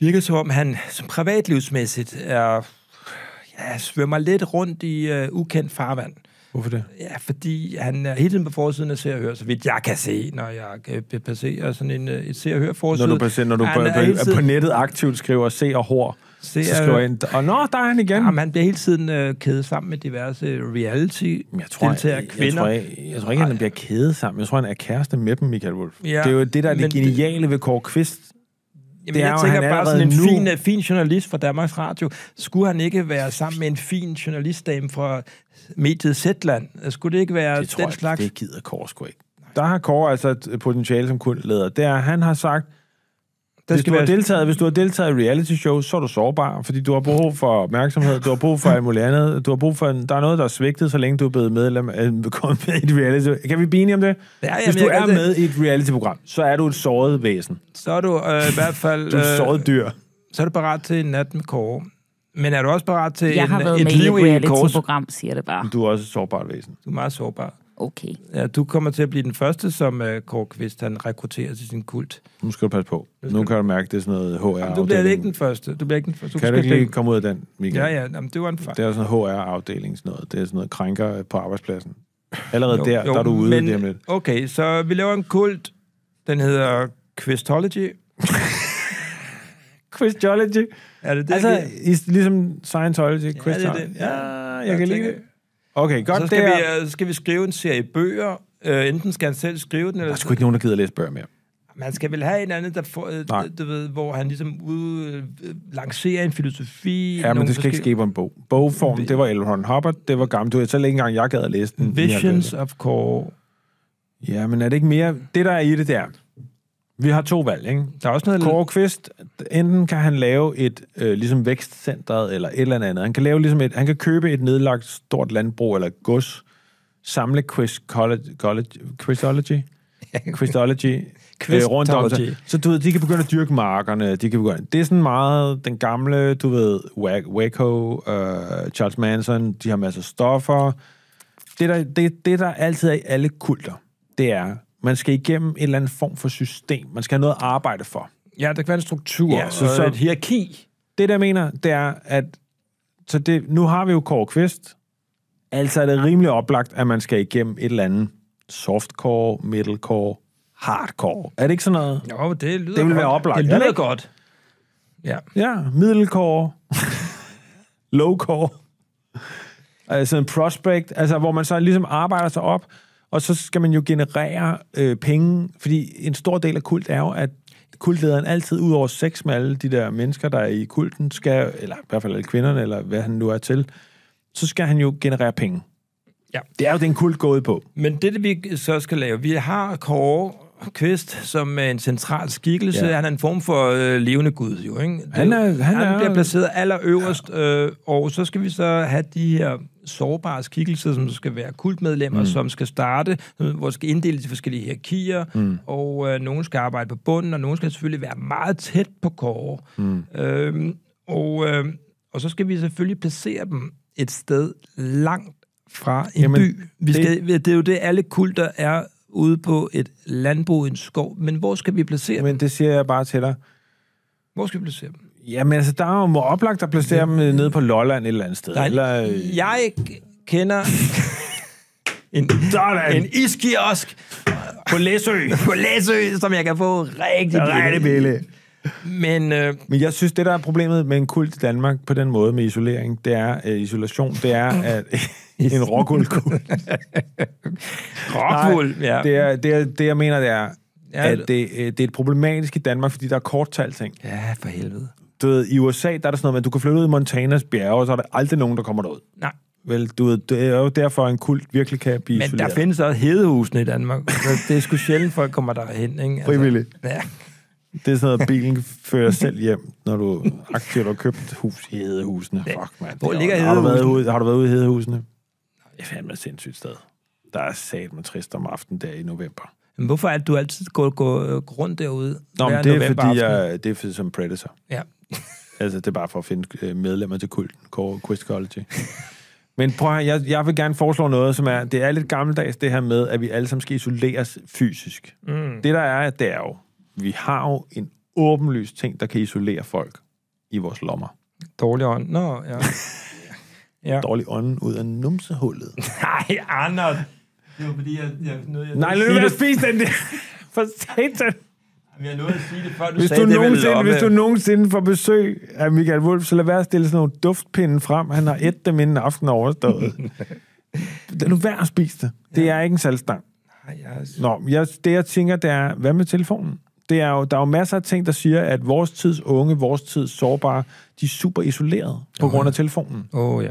S1: virker som om, han som privatlivsmæssigt er, ja, svømmer lidt rundt i øh, ukendt farvand.
S2: Hvorfor det?
S1: Ja, fordi han er hele tiden på forsiden af Se og Hør, så vidt jeg kan se, når jeg øh, passerer sådan en, øh, et Se og Hør
S2: Når
S1: forside.
S2: du, på, når du på,
S1: Han er hele
S2: på, på,
S1: tiden-
S2: nettet aktivt skriver se og hår,
S1: Se
S2: se,
S1: og-
S2: så skriver jeg ind, og nå, der er han igen.
S1: Jamen, han bliver hele tiden øh, kædet sammen med diverse
S2: Men Jeg tror, jeg,
S1: reality-deltagere,
S2: jeg, jeg,
S1: kvinder.
S2: tror, jeg, jeg tror ikke, at han bliver kædet sammen. Jeg tror, han er kæreste med dem, Michael Wolf.
S1: Ja,
S2: Ja, det er jo det, der er
S1: men
S2: det geniale ved Kåre Kvist.
S1: Jamen,
S2: Det
S1: det
S2: er
S1: er jeg
S2: jo,
S1: tænker
S2: han
S1: bare sådan en
S2: allerede nu-
S1: fin, øh, fin journalist fra Danmarks Radio. Skulle han ikke være sammen med en fin journalistdame fra mediet Zetland? Skulle det ikke være
S2: Det tror
S1: den
S2: jeg, slags...
S1: slags?
S2: det gider Kåre sgu ikke. Der har Kåre altså et potentiale som kundeleder. Det er, at han har sagt,
S1: Der
S2: hvis
S1: skal
S2: du, har
S1: være-
S2: deltaget, hvis du har deltaget i reality show, så er du sårbar, fordi du har brug for opmærksomhed, du har brug for alt muligt andet, du har brug for, en, der er noget, der er svigtet, så længe du er blevet medlem af kommet med i et reality Kan vi blive enige om det?
S1: Ja, jamen,
S2: hvis du
S1: jeg altså- kan
S2: er
S1: se-
S2: med i et reality-program, så er du et såret væsen.
S1: Så er du øh, i hvert fald
S2: Du er et såret dyr.
S1: så er du parat til en nat med Kåre. Men er du også parat til
S4: Jeg
S1: en,
S4: har været
S1: et
S4: med i
S1: liv
S4: et
S1: i Kåres?
S4: reality-program, siger det bare.
S2: Du er også et sårbart væsen.
S1: Du er meget sårbar.
S4: Okay.
S1: Ja, du kommer til at blive den første, som uh, Kåre Kvist, han rekrutterer til sin kult.
S2: Nu skal du passe på. Nu kan du mærke, det er sådan noget hr
S1: Jamen, du bliver ikke den første. Du bliver ikke den første.
S2: Kan du
S1: skal
S2: ikke lige
S1: tænke-
S2: komme ud af den, Michael?
S1: Ja, ja, jamen, det var en fejl.
S2: Det er jo sådan noget HR-afdeling, sådan noget. Det er sådan noget krænker på arbejdspladsen. Allerede jo, der, jo, der er du ude men...
S1: men,
S2: lige om lidt.
S1: Okay, så vi laver en kult. Den hedder Quiztology.
S2: Quizology.
S1: Er det det?
S2: Altså,
S1: det?
S2: i- ligesom Scientology,
S1: er
S2: quiz ja,
S1: det.
S2: ja,
S1: Ja,
S2: jeg kan lide
S1: tænker
S2: det. Okay, godt.
S1: Så skal,
S2: det er...
S1: vi, øh, skal vi skrive en serie bøger. Øh, enten skal han selv skrive den,
S2: Der er
S1: eller
S2: sgu ikke nogen, der gider læse bøger mere.
S1: man skal vel have en anden, der får, øh,
S2: Nej.
S1: du ved, hvor han ligesom ude, øh, lancerer en filosofi.
S2: Ja, men
S1: nogle
S2: det skal ikke
S1: forskellige-
S2: ske på en bog. Bogformen, det var L. Ron Hubbard, det var gammel. Du ved, så længe engang jeg gad at læse den. i
S1: Visions of Core.
S2: Ja, men er det ikke mere... Det, der er i det, der. Vi har to valg, ikke?
S1: Der er også noget...
S2: Kåre Kvist, enten kan han lave et, øh, ligesom vækstcentret eller et eller andet. Han kan, lave ligesom et, han kan købe et nedlagt stort landbrug eller gods, samle quiz college, college, quizology, quizology øh, rundt om sig.
S1: Quizology.
S2: Så du ved, de kan begynde at dyrke markerne. De kan begynde. Det er sådan meget den gamle, du ved, Wa- Waco, øh, Charles Manson, de har masser af stoffer det der, det, det, der altid er i alle kulter, det er, man skal igennem en eller anden form for system. Man skal have noget at arbejde for.
S1: Ja, der kan være en struktur
S2: Ja,
S1: ja,
S2: så-
S1: så, og
S2: så-
S1: et hierarki.
S2: Det, der mener, det er, at så det, nu har vi jo Kåre Kvist. Altså er det rimelig oplagt, at man skal igennem et eller andet softcore, middlecore, hardcore. Er det ikke sådan noget?
S1: Jo, det lyder
S2: Det vil være
S1: godt.
S2: oplagt,
S1: Det
S2: er det
S1: lyder
S2: ikke?
S1: godt. Ja.
S2: Ja,
S1: <laughs>
S2: middelcore, lowcore, altså en prospect, altså hvor man så ligesom arbejder sig op, og så skal man jo generere øh, penge, fordi en stor del af kult er jo, at kultlederen altid, ud over sex med alle de der mennesker, der er i kulten, skal, eller i hvert fald alle kvinderne, eller hvad han nu er til, så skal han jo generere penge.
S1: Ja.
S2: Det er jo den kult gået på.
S1: Men det, vi så skal lave, vi har Kåre Kvist som er en central skikkelse.
S2: Ja.
S1: Ja. Han er en form for øh, levende gud, jo. Ikke? Det
S2: Han er-
S1: jo-
S2: han
S1: han
S2: er-
S1: bliver placeret allerøverst, ja. øh, og så skal vi så have de her sårbare skikkelser, som skal være kultmedlemmer, mm. som skal starte, øh, hvor skal inddeles i forskellige hierarkier, mm. og øh, nogen skal arbejde på bunden, og nogen skal selvfølgelig være meget tæt på Kåre. Mm. Øhm, og, øh, og så skal vi selvfølgelig placere dem et sted langt fra en
S2: Jamen,
S1: Jamen, by. Vi
S2: det-
S1: skal det er jo det, alle kulter er ude på et landbrug i en skov. Men hvor skal vi placere dem?
S2: Men det siger jeg bare til dig.
S1: Hvor skal vi placere dem?
S2: Jamen altså, der er jo må oplagt at placere dem øh, nede på Lolland et eller andet sted.
S1: Der er en,
S2: eller, øh,
S1: jeg k-
S2: <laughs>
S1: kender en,
S2: Sådan.
S1: en iskiosk på Læsø, <laughs> på Læsø, som jeg kan få rigtig
S2: Rigtig billigt.
S1: Men øh,
S2: Men jeg synes, det der er problemet med en kult i Danmark på den måde med isolering, det er øh, isolation, det er at <laughs> en rockhulkult.
S1: Rockwool, ja.
S2: Det, er, det, er, det, jeg mener, det er,
S1: Ja.
S2: at det, øh, det er et problematisk i Danmark, fordi der er korttal ting.
S1: Ja, for helvede.
S2: Du ved, i USA, der er der sådan noget med, at du kan flytte ud i Montanas bjerge, og så er der aldrig nogen, der kommer derud.
S1: Nej,
S2: Vel, du ved, det er jo derfor, at en kult virkelig kan blive
S1: men
S2: isoleret.
S1: der findes også hedehusene i Danmark. Så det er sgu sjældent, folk kommer derhen. Ikke? Altså,
S2: Frivilligt.
S1: Ja.
S2: Det er sådan noget, bilen fører selv hjem, når du aktivt har købt hus i Hedehusene. Fuck, mand.
S1: Hvor ligger
S2: Har du været
S1: Hedehusene?
S2: ude, har du været ude i Hedehusene? Det er fandme et sindssygt sted. Der er sat med trist om aftenen der i november.
S1: Men hvorfor er det, du altid går, går rundt derude?
S2: Nå,
S1: hver
S2: men det er,
S1: november
S2: fordi
S1: aften?
S2: jeg, det er fordi, som Predator.
S1: Ja.
S2: <laughs> Altså, det er bare for at finde øh, medlemmer til kulten, Core <laughs> Quizcology. Men prøv at, høre, jeg, jeg vil gerne foreslå noget, som er, det er lidt gammeldags det her med, at vi alle sammen skal isoleres fysisk. Mm. Det der er, det er jo, vi har jo en åbenlyst ting, der kan isolere folk i vores lommer.
S1: Dårlig ånd. Nå, ja. ja.
S2: dårlig ånden ud af numsehullet.
S1: <laughs> Nej, Anders. Det var fordi, jeg, jeg nåede jeg
S2: <laughs> Nej, lad nu være at spise den der. <laughs> For satan.
S1: Jeg nåede at sige det, før du
S2: Hvis du, nogensinde, hvis du nogensinde får besøg af Michael Wolf, så lad være at stille sådan nogle duftpinde frem. Han har et dem inden aften er <laughs> overstået. Lad nu være at spise det. Det er ikke en salgstang. Nå, jeg, det jeg tænker, det er, hvad med telefonen? Det er jo, der er jo masser af ting, der siger, at vores tids unge, vores tids sårbare, de er super isoleret på grund af telefonen.
S1: Åh, oh, ja.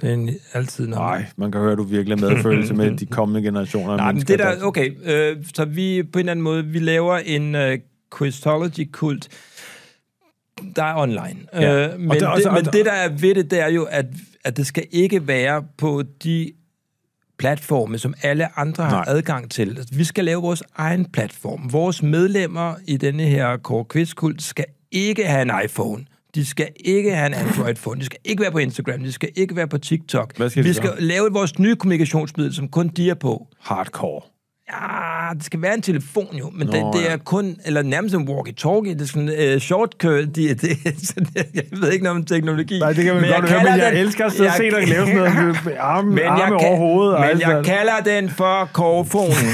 S1: Det er en, altid noget.
S2: Nej, man kan høre, at du virkelig har medfølelse <laughs> med de kommende generationer. af
S1: Nej, men
S2: mennesker,
S1: det der, okay, øh, så vi på en eller anden måde, vi laver en øh, Quizology-kult, der er online.
S2: Ja.
S1: Ja.
S2: Og
S1: Øh, men,
S2: der- og
S1: det,
S2: så- og
S1: men
S2: der-
S1: det, der er ved det, det er jo, at, at det skal ikke være på de platforme, som alle andre har
S2: Nej.
S1: adgang til. Altså, Vi skal lave vores egen platform. Vores medlemmer i denne her Kåre Quiz-kult skal ikke have en iPhone. De skal ikke have en Android-phone. De skal ikke være på Instagram. De skal ikke være på TikTok.
S2: Hvad skal de
S1: vi
S2: så?
S1: skal lave vores nye kommunikationsmiddel, som kun de er på.
S2: Hardcore.
S1: Ja, det skal være en telefon jo, men Nå,
S2: Nå,
S1: det, det
S2: ja.
S1: er kun, eller nærmest en walkie-talkie, det er sådan en øh, shortcut, de, <laughs> det, så det, jeg ved ikke noget om teknologi.
S2: Nej, det kan man
S1: men
S2: godt høre,
S1: kalder
S2: men jeg
S1: den-
S2: elsker at sidde og se dig lave
S1: <laughs>
S2: sådan noget med arme,
S1: Men jeg,
S2: arme altså.
S1: kan,
S2: over hovedet. og
S1: men
S2: alt
S1: jeg
S2: sådan.
S1: kalder den for korfonen.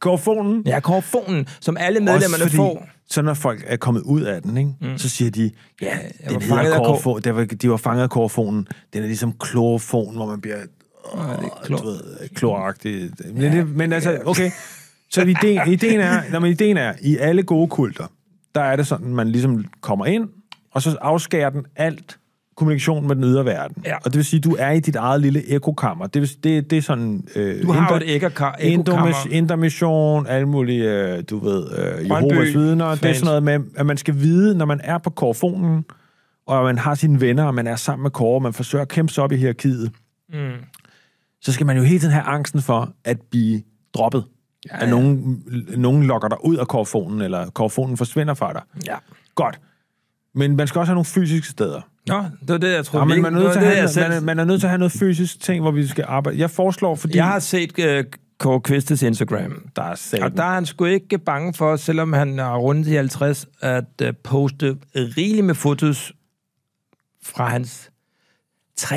S2: Korfonen.
S1: Ja, korfonen, som alle medlemmerne fordi... får.
S2: så når folk er kommet ud af den, ikke? Mm. så siger de, ja,
S1: var
S2: den
S1: fanget
S2: hedder
S1: af kor-
S2: korfon, der var, de var fanget af korfonen. Den er ligesom klorofon, hvor man bliver åh,
S1: det er klor.
S2: du ved, kloragtig. Men, det, men altså, okay. Så ideen, ideen, er, nej, men ideen er, i alle gode kulter, der er det sådan, man ligesom kommer ind, og så afskærer den alt kommunikation med den ydre verden.
S1: Ja.
S2: Og det vil sige, du er i dit eget lille ekokammer. Det, vil, s- det, det er sådan... Øh,
S1: Du har jo
S2: indre-
S1: et ekkerka- ekokammer.
S2: Indomis- Intermission, alle mulige, øh, du ved, øh,
S1: Brøndby,
S2: Jehovas vidner. Det er
S1: fans.
S2: sådan noget med, at man skal vide, når man er på korfonen, og man har sine venner, og man er sammen med kår, og man forsøger at kæmpe sig op i hierarkiet, mm. så skal man jo hele tiden have angsten for at blive droppet. Ja, ja. At nogen, nogen lokker dig ud af korfonen, eller korfonen forsvinder fra dig.
S1: Ja.
S2: Godt. Men man skal også have nogle fysiske steder.
S1: Nå, det var det, jeg troede.
S2: Ja, men
S1: vi-
S2: man, er
S1: det
S2: nødt
S1: var
S2: til at
S1: det, jeg,
S2: have, man, er,
S1: selv...
S2: man er nødt til at have noget fysisk ting, hvor vi skal arbejde. Jeg foreslår, fordi... Øhm,
S1: jeg har set øh, Kåre Kvistes Instagram.
S2: Der er satan.
S1: Og der er han sgu ikke bange for, selvom han er rundt i 50, at øh, poste rigeligt med fotos fra hans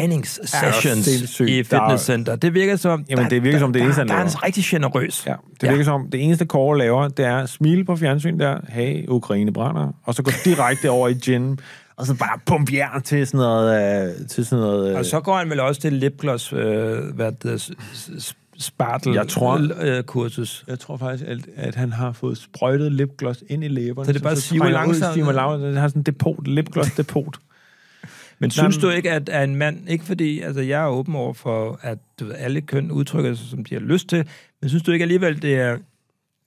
S1: træningssessions
S2: sindssygt.
S1: i
S2: Der er-
S1: fitnesscenter. Det virker som...
S2: Jamen, det virker som det
S1: der,
S2: eneste, han
S1: der, der er
S2: laver.
S1: han rigtig generøs.
S2: Ja, det virker som, det eneste Kåre laver, det er at smile på fjernsyn der, hey, Ukraine brænder, og så gå direkte over i gin, og så bare pumpe jern til sådan noget... Øh, til sådan noget øh,
S1: Og så går han vel også til lipgloss, øh, hvad det, s- s- spartel
S2: Jeg tror-
S1: l- øh, kursus.
S2: jeg tror faktisk, at, at han har fået sprøjtet lipgloss ind i læberne.
S1: Så det bare siver
S2: trænger ud,
S1: langsomt.
S2: siver langsomt. Han har sådan en depot, lipgloss-depot.
S1: <laughs> Men synes
S2: men-
S1: du ikke, at, at en mand, ikke fordi, altså jeg er åben over for, at du ved, alle køn udtrykker sig, som de har lyst til, men synes du ikke alligevel, det er,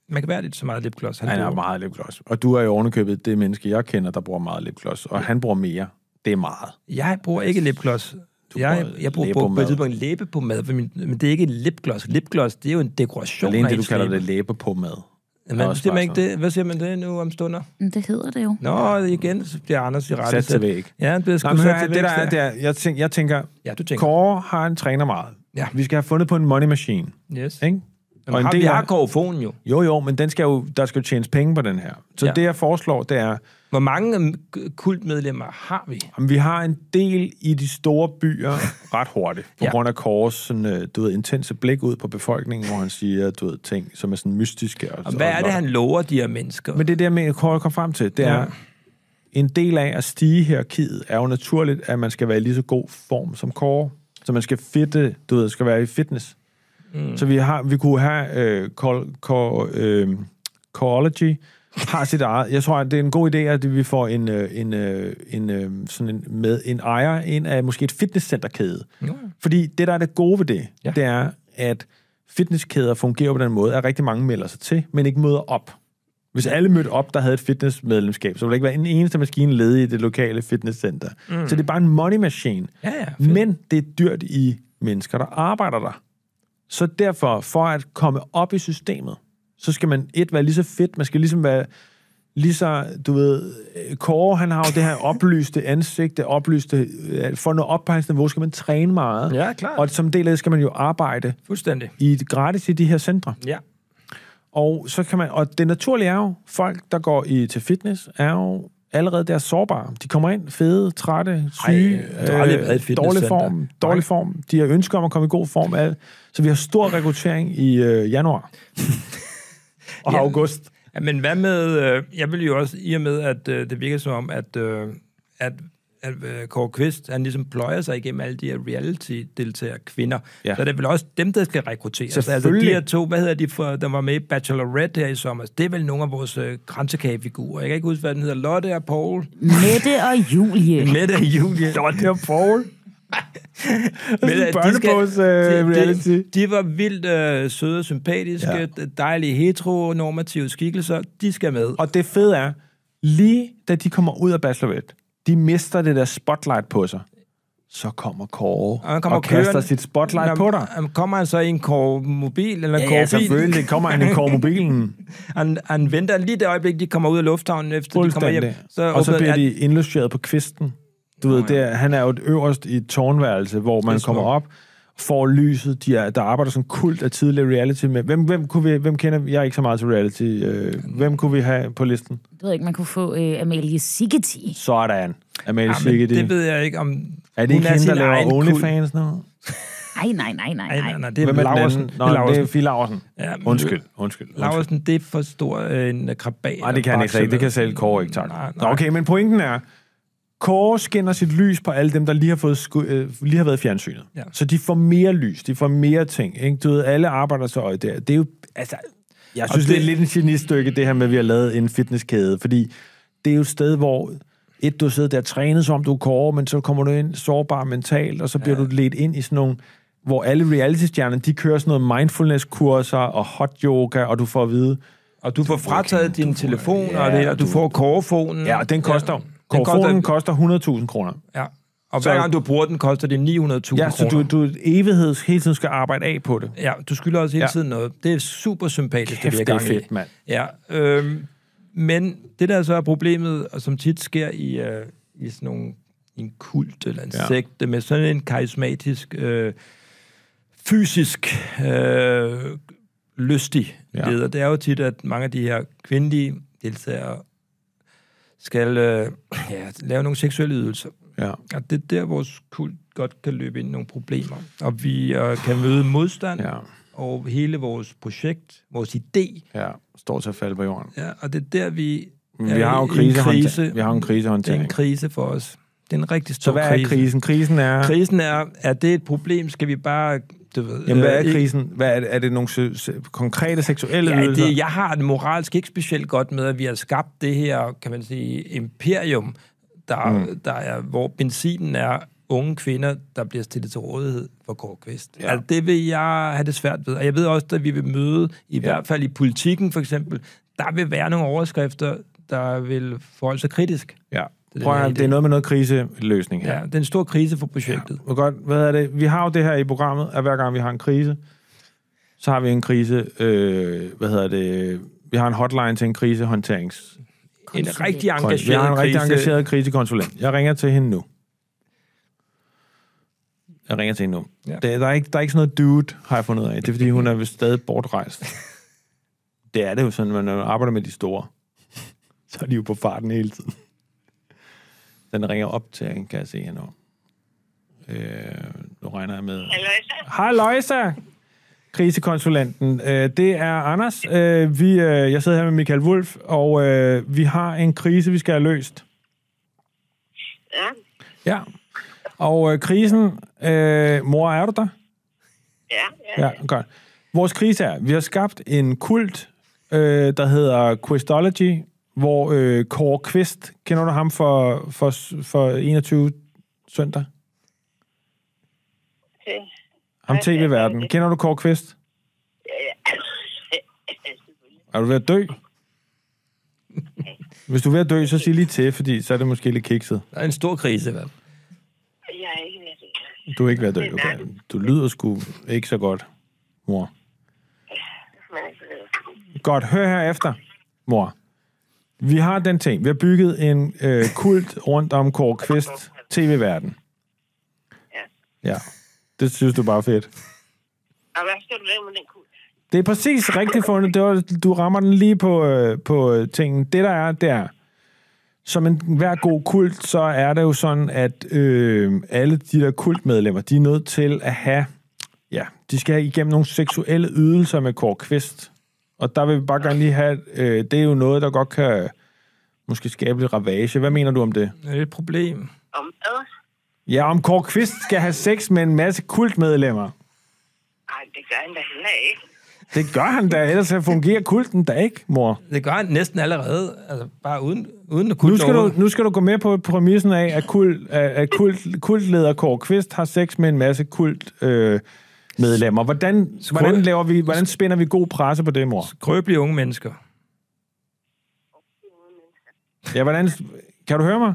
S1: man kan være lidt så meget lipgloss. Han
S2: Han har
S1: bruger.
S2: meget lipgloss. Og du er jo ovenikøbet det menneske, jeg kender, der bruger meget lipgloss. Og han bruger mere. Det er meget.
S1: Jeg bruger ikke lipgloss. Jeg,
S2: bruger
S1: jeg bruger på, på
S2: læbepomade.
S1: et tidspunkt læbepomade, for min, men det er ikke lipgloss. Lipgloss, det er jo en dekoration.
S2: Alene
S1: af
S2: det, du
S1: ens
S2: kalder
S1: læbe.
S2: det læbe på mad.
S1: Men,
S2: også
S1: siger man
S2: bare
S1: ikke
S2: sådan.
S1: det? Hvad siger man det nu om stunder?
S4: Men det hedder
S1: <laughs>
S4: det jo.
S1: Nå, igen, så bliver Anders i rette.
S2: Sat til væg.
S1: Ja, han bliver
S2: Nej,
S1: sgu
S2: men hør,
S1: sat til
S2: her,
S1: væg.
S2: det der
S1: der.
S2: er, det er jeg, tænker, jeg tænker,
S1: Ja, du tænker.
S2: Kåre har en træner meget.
S1: Ja.
S2: Vi skal have fundet på en money machine,
S1: Yes.
S2: ikke?
S1: Og har, vi har korfonen jo.
S2: jo, jo, men den skal jo, der skal jo tjenes penge på den her. Så
S1: Ja.
S2: ja. det, jeg foreslår, det er,
S1: Hvor mange øhm, k- kultmedlemmer har vi?
S2: at vi har en del i de store
S1: <laughs>
S2: byer ret hurtigt, på
S1: Ja.
S2: ja. grund af Kåres sådan, øh, du ved, intense blik ud på befolkningen, hvor han siger, du ved, ting, som er sådan mystiske.
S1: Og hvad er det, han lover de her mennesker?
S2: Men det der med, Kåre kom frem til, det er,
S1: Ja.
S2: ja. en del af at stige hierarkiet er jo naturligt, at man skal være i lige så god form som Kåre. Så man skal fitte, du ved, skal være i fitness. Mm. Så vi, har, vi kunne have øh, call, call, øh, Coology har sit eget. Jeg tror, at det er en god idé, at vi får en, øh, en, øh, en, øh, sådan en, med en ejer ind af måske et fitnesscenterkæde.
S1: Jo.
S2: Fordi det, der er det gode ved det,
S1: Ja.
S2: ja. det er, at fitnesskæder fungerer på den måde, at rigtig mange melder sig til, men ikke møder op. Hvis alle mødte op, der havde et fitnessmedlemskab, så ville der ikke være en eneste maskine ledig i det lokale fitnesscenter. Mm. Så det er bare en money machine.
S1: Ja, ja, fedt.
S2: Men det er dyrt i mennesker, der arbejder der. Så derfor, for at komme op i systemet, så skal man et være lige så fedt, man skal ligesom være lige så, du ved, øh, Kåre, han har jo
S1: <laughs>
S2: det her oplyste ansigt, det oplyste, øh, for at nå op på hans niveau, skal man træne meget.
S1: Ja, klart.
S2: Og som en del af det skal man jo arbejde
S1: Fuldstændig.
S2: i et gratis i de her centre.
S1: Ja.
S2: Og så kan man, og det naturlige er jo, folk, der går i, til fitness, er jo allerede der sårbare. De kommer ind fede, trætte, syge, øh,
S1: Ej, du har aldrig været i et
S2: dårlig
S1: fitnesscenter.
S2: form, dårlig form. De har ønsker om at komme i god form. Af, så vi har stor rekruttering i øh,
S1: <laughs>
S2: januar og
S1: Ja.
S2: august.
S1: Ja, Men hvad med, øh, jeg vil jo også, i og med, at øh, det virker som om, at, øh, at, at øh, Kåre Kvist, han ligesom pløjer sig igennem alle de her reality-deltagere kvinder. Ja.
S2: Ja.
S1: Så det er vel også dem, der skal rekrutteres. Altså de
S2: Selvfølgelig.
S1: her to, hvad hedder de, for, der var med i Bachelorette her i sommer, det er vel nogle af vores øh, kransekagefigurer. Jeg kan ikke huske, hvad den hedder. Lotte og Paul.
S4: Mette og Julie.
S1: Mette og Julie.
S2: Lotte og
S1: <laughs>
S2: Paul.
S1: Men,
S2: Sådan
S1: øh,
S2: børnebogs, øh, reality.
S1: de, de var vildt øh, søde og sympatiske, ja.
S2: Ja.
S1: dejlige heteronormative skikkelser. De skal med.
S2: Og det fede er, lige da de kommer ud af Bachelorette, de mister det der spotlight på sig. så kommer Kåre
S1: Og han kommer
S2: og kaster
S1: kørende.
S2: sit spotlight
S1: Nå,
S2: på dig.
S1: jamen, Kommer han så i en kormobil eller en
S2: Ja, ja,
S1: Kåre-bil?
S2: selvfølgelig kommer <laughs> han i Kåre-mobilen.
S1: Han, han venter lige det øjeblik, de kommer ud af lufthavnen, efter de kommer hjem.
S2: Fuldstændig. Så og så
S1: åbner-
S2: bliver
S1: ja,
S2: de indlogeret på kvisten. Du ved, der, han er jo et øverst i et tårnværelse, hvor man
S1: Det er
S2: kommer op, får lyset, de er, der arbejder sådan en kult af tidligere reality med. Hvem, hvem, kunne vi, hvem kender vi? Jeg er ikke så meget til reality. Øh, hvem kunne vi have på listen?
S4: Jeg ved ikke, man kunne få øh, Amalie Sigeti.
S2: Sådan. Amalie
S1: men
S2: Sigge,
S1: det
S2: det,
S1: ved jeg ikke, om
S2: er det
S1: hun
S2: ikke hende, der
S1: sin
S2: laver
S1: egen kult.
S2: OnlyFans nu?
S4: Nej, nej, nej,
S1: Nej,
S4: nej,
S1: nej,
S4: nej.
S1: nej, det er
S2: Hvem er Laursen?
S1: Laursen.
S2: Nå, det er Laursen. Fie Laursen.
S1: Ja, men-
S2: Undskyld, undskyld. undskyld.
S1: Laursen, det er for stor øh, en krabat.
S2: Nej, det kan han ikke sige. Det kan selv Kåre ikke takle.
S1: Nej,
S2: Nej,
S1: nej.
S2: Okay, men pointen er, Kåre skinner sit lys på alle dem, der lige har, fået sku, øh, lige har været i fjernsynet.
S1: Ja.
S2: Ja. Så de får mere lys, de får mere ting. Ikke? Du ved, alle arbejder så øje der. Det er jo, altså, jeg synes, det, det
S1: det-
S2: er lidt en genistykke, det her med, at vi har lavet en fitnesskæde, fordi det er jo et sted, hvor et, du sidder der og trænet, som om du er Kåre, men så kommer du ind sårbar mentalt, og så bliver ja. du ledt ind i sådan nogle hvor alle reality-stjernerne, de kører sådan noget mindfulness-kurser og hot yoga, og du får at vide,
S1: Og du får frataget din telefon, og, det, og du får kårefonen.
S2: Ja, og den koster... Ja.
S1: Den
S2: Korfonen koster, koster 100.000 kroner.
S1: Ja. Og
S2: Så-
S1: hver gang du bruger den, koster det 900.000
S2: Ja,
S1: kroner.
S2: så du, du evigheds hele tiden skal arbejde af på det.
S1: Ja, du skylder også hele
S2: Ja.
S1: ja. tiden noget. Det er super sympatisk,
S2: Kæft,
S1: det
S2: det
S1: vi
S2: er
S1: har gang i.
S2: fedt, mand.
S1: Ja, øhm, men det der så er problemet, og som tit sker i, øh, i sådan nogle, i en kult eller en
S2: Ja.
S1: ja. sekte, med sådan en karismatisk, øh, fysisk øh, lystig
S2: Ja.
S1: ja. leder, det er jo tit, at mange af de her kvindelige deltagere skal øh, ja, lave nogle seksuelle ydelser.
S2: Ja.
S1: Og det er der, vores kult godt kan løbe ind i nogle problemer. Og vi øh, kan møde modstand,
S2: Ja.
S1: og hele vores projekt, vores idé,
S2: ja, står til at falde på jorden.
S1: ja, og det er der, vi
S2: Men
S1: er
S2: vi har jo
S1: i en
S2: krisehåndtering. Vi har
S1: Det er
S2: jo en
S1: en
S2: krisehåndtering.
S1: krise for os. Det er en rigtig stor
S2: Så hvad er
S1: krise.
S2: krisen? Krisen er...
S1: Krisen er, er det et problem? Skal vi bare... Du ved,
S2: Jamen, hvad
S1: øh,
S2: er
S1: ikke-
S2: krisen? Hvad er, det, er det nogle se, se, konkrete seksuelle
S1: Ja,
S2: ydelser?
S1: det, jeg har det moralsk ikke specielt godt med, at vi har skabt det her, kan man sige, imperium, der, mm. der er, hvor benzinen er unge kvinder, der bliver stillet til rådighed for Kårekvist. Ja. Altså, det vil jeg have det svært ved. Og jeg ved også, at vi vil møde, i ja. hvert fald i politikken for eksempel, der vil være nogle overskrifter, der vil forholde sig kritisk.
S2: Ja.
S1: den
S2: Prøv at,
S1: her
S2: høre, det er
S1: idé.
S2: noget med noget kriseløsning her.
S1: Ja, det er en stor krise for projektet.
S2: Og godt, hvad er det? Vi har jo det her i programmet, at hver gang vi har en krise, så har vi en krise, øh, hvad hedder det, vi har en hotline til en krisehåndterings...
S1: Ja. En rigtig engageret
S2: Vi har en rigtig
S1: krise.
S2: engageret krisekonsulent. Jeg ringer til hende nu. Jeg ringer til hende nu. Ja.
S1: Ja.
S2: Der, der, er ikke, der er ikke sådan noget dude, har jeg fundet ud af. Det er, fordi hun er vist stadig
S1: <laughs>
S2: bortrejst. det er det jo sådan, når man arbejder med de store. Så er de jo på farten hele tiden. Den ringer op til hende, kan jeg se hende over. Øh, nu regner jeg med... Hej, Løjsa! Krisekonsulenten. Øh, det er Anders. Øh, vi, øh, jeg sidder her med Michael Wulf, og øh, vi har en krise, vi skal have løst.
S5: Ja,
S2: Ja. Og øh, krisen... Øh, mor, er du der?
S5: ja, ja.
S2: Ja, godt. Vores krise er, vi har skabt en kult, øh, der hedder Questology, hvor øh, Kåre Quist, kender du ham for, for, for 21 søndag?
S5: Okay.
S2: Ham tv-verden. Kender du Kåre Quist? Er du ved at dø? <laughs> Hvis du er ved at dø, så sig lige til, fordi så er det måske lidt kikset.
S1: Der er en stor krise, i hvert fald.
S5: Jeg er ikke ved det.
S2: Du er ikke ved at dø, okay? Du lyder sgu ikke så godt, mor.
S5: Man er ikke ved det.
S2: Godt, hør her efter, mor. Vi har den ting. Vi har bygget en øh, kult rundt om Kåre Kvist tv-verden. Ja. Det synes du bare er fedt.
S5: Og hvad skal du lave med den kul?
S2: Det er præcis rigtigt fundet. Det var, du rammer den lige på, øh, på øh, tingen. Det der er, det er, som en hver god kult, så er det jo sådan, at øh, alle de der kultmedlemmer, de er nødt til at have, ja, de skal have igennem nogle seksuelle ydelser med Kåre Kvist. Og der vil vi bare gerne lige have, øh, det er jo noget, der godt kan måske skabe lidt ravage. Hvad mener du om det?
S1: Det er et problem.
S5: Om hvad?
S2: Ja, om Kåre Kvist skal have sex med en masse kultmedlemmer.
S5: Nej, det gør han da heller ikke.
S2: Det gør han da, ellers fungerer kulten da ikke, mor.
S1: Det gør han næsten allerede, altså bare uden, uden at kunne
S2: Nu skal, du, nu skal du gå med på præmissen af, at, kult, at at kult, kultleder Kåre Kvist har sex med en masse kult øh, medlemmer. Hvordan, hvordan, laver vi, hvordan spinder vi god presse på det, mor?
S1: Skrøbelige unge mennesker.
S2: Ja, hvordan, kan du høre mig?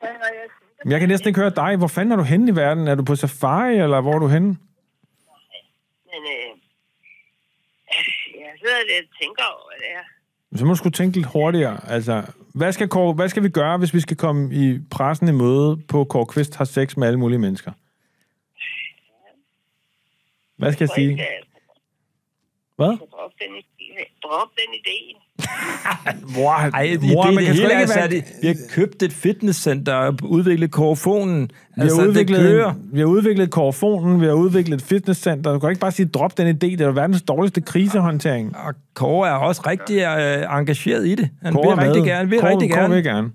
S5: Hvad var jeg sige?
S2: Men Jeg kan næsten ikke høre dig. Hvor fanden er du henne i verden? Er du på safari, eller hvor er du henne?
S5: Men øh, jeg sidder lidt og tænker over det her.
S2: Så må du skulle tænke lidt hurtigere. Altså, hvad skal, Kåre, hvad skal vi gøre, hvis vi skal komme i pressen i møde på, at Kåre Kvist har sex med alle mulige mennesker? Hvad skal jeg
S5: Hvor
S2: sige?
S5: skal
S2: Hvad?
S5: drop den, idé- drop den idé.
S2: Wow.
S1: Ej, det,
S2: Mor,
S1: det,
S2: man
S1: det,
S2: kan
S1: det
S2: sgu
S1: hele
S2: ikke
S1: er sat i.
S2: være-
S1: Vi har købt et fitnesscenter, udviklet korfonen.
S2: Vi har, altså,
S1: det
S2: udviklet,
S1: kører.
S2: en, vi har udviklet korfonen, vi har udviklet et fitnesscenter. Du kan ikke bare sige, drop den idé. Det er jo verdens dårligste krisehåndtering.
S1: Og Kåre er også rigtig øh, engageret i det. Han
S2: Kåre er
S1: vil rigtig
S2: med.
S1: gerne. Vil
S2: Kåre,
S1: rigtig
S2: Kåre
S1: gerne.
S2: vil gerne.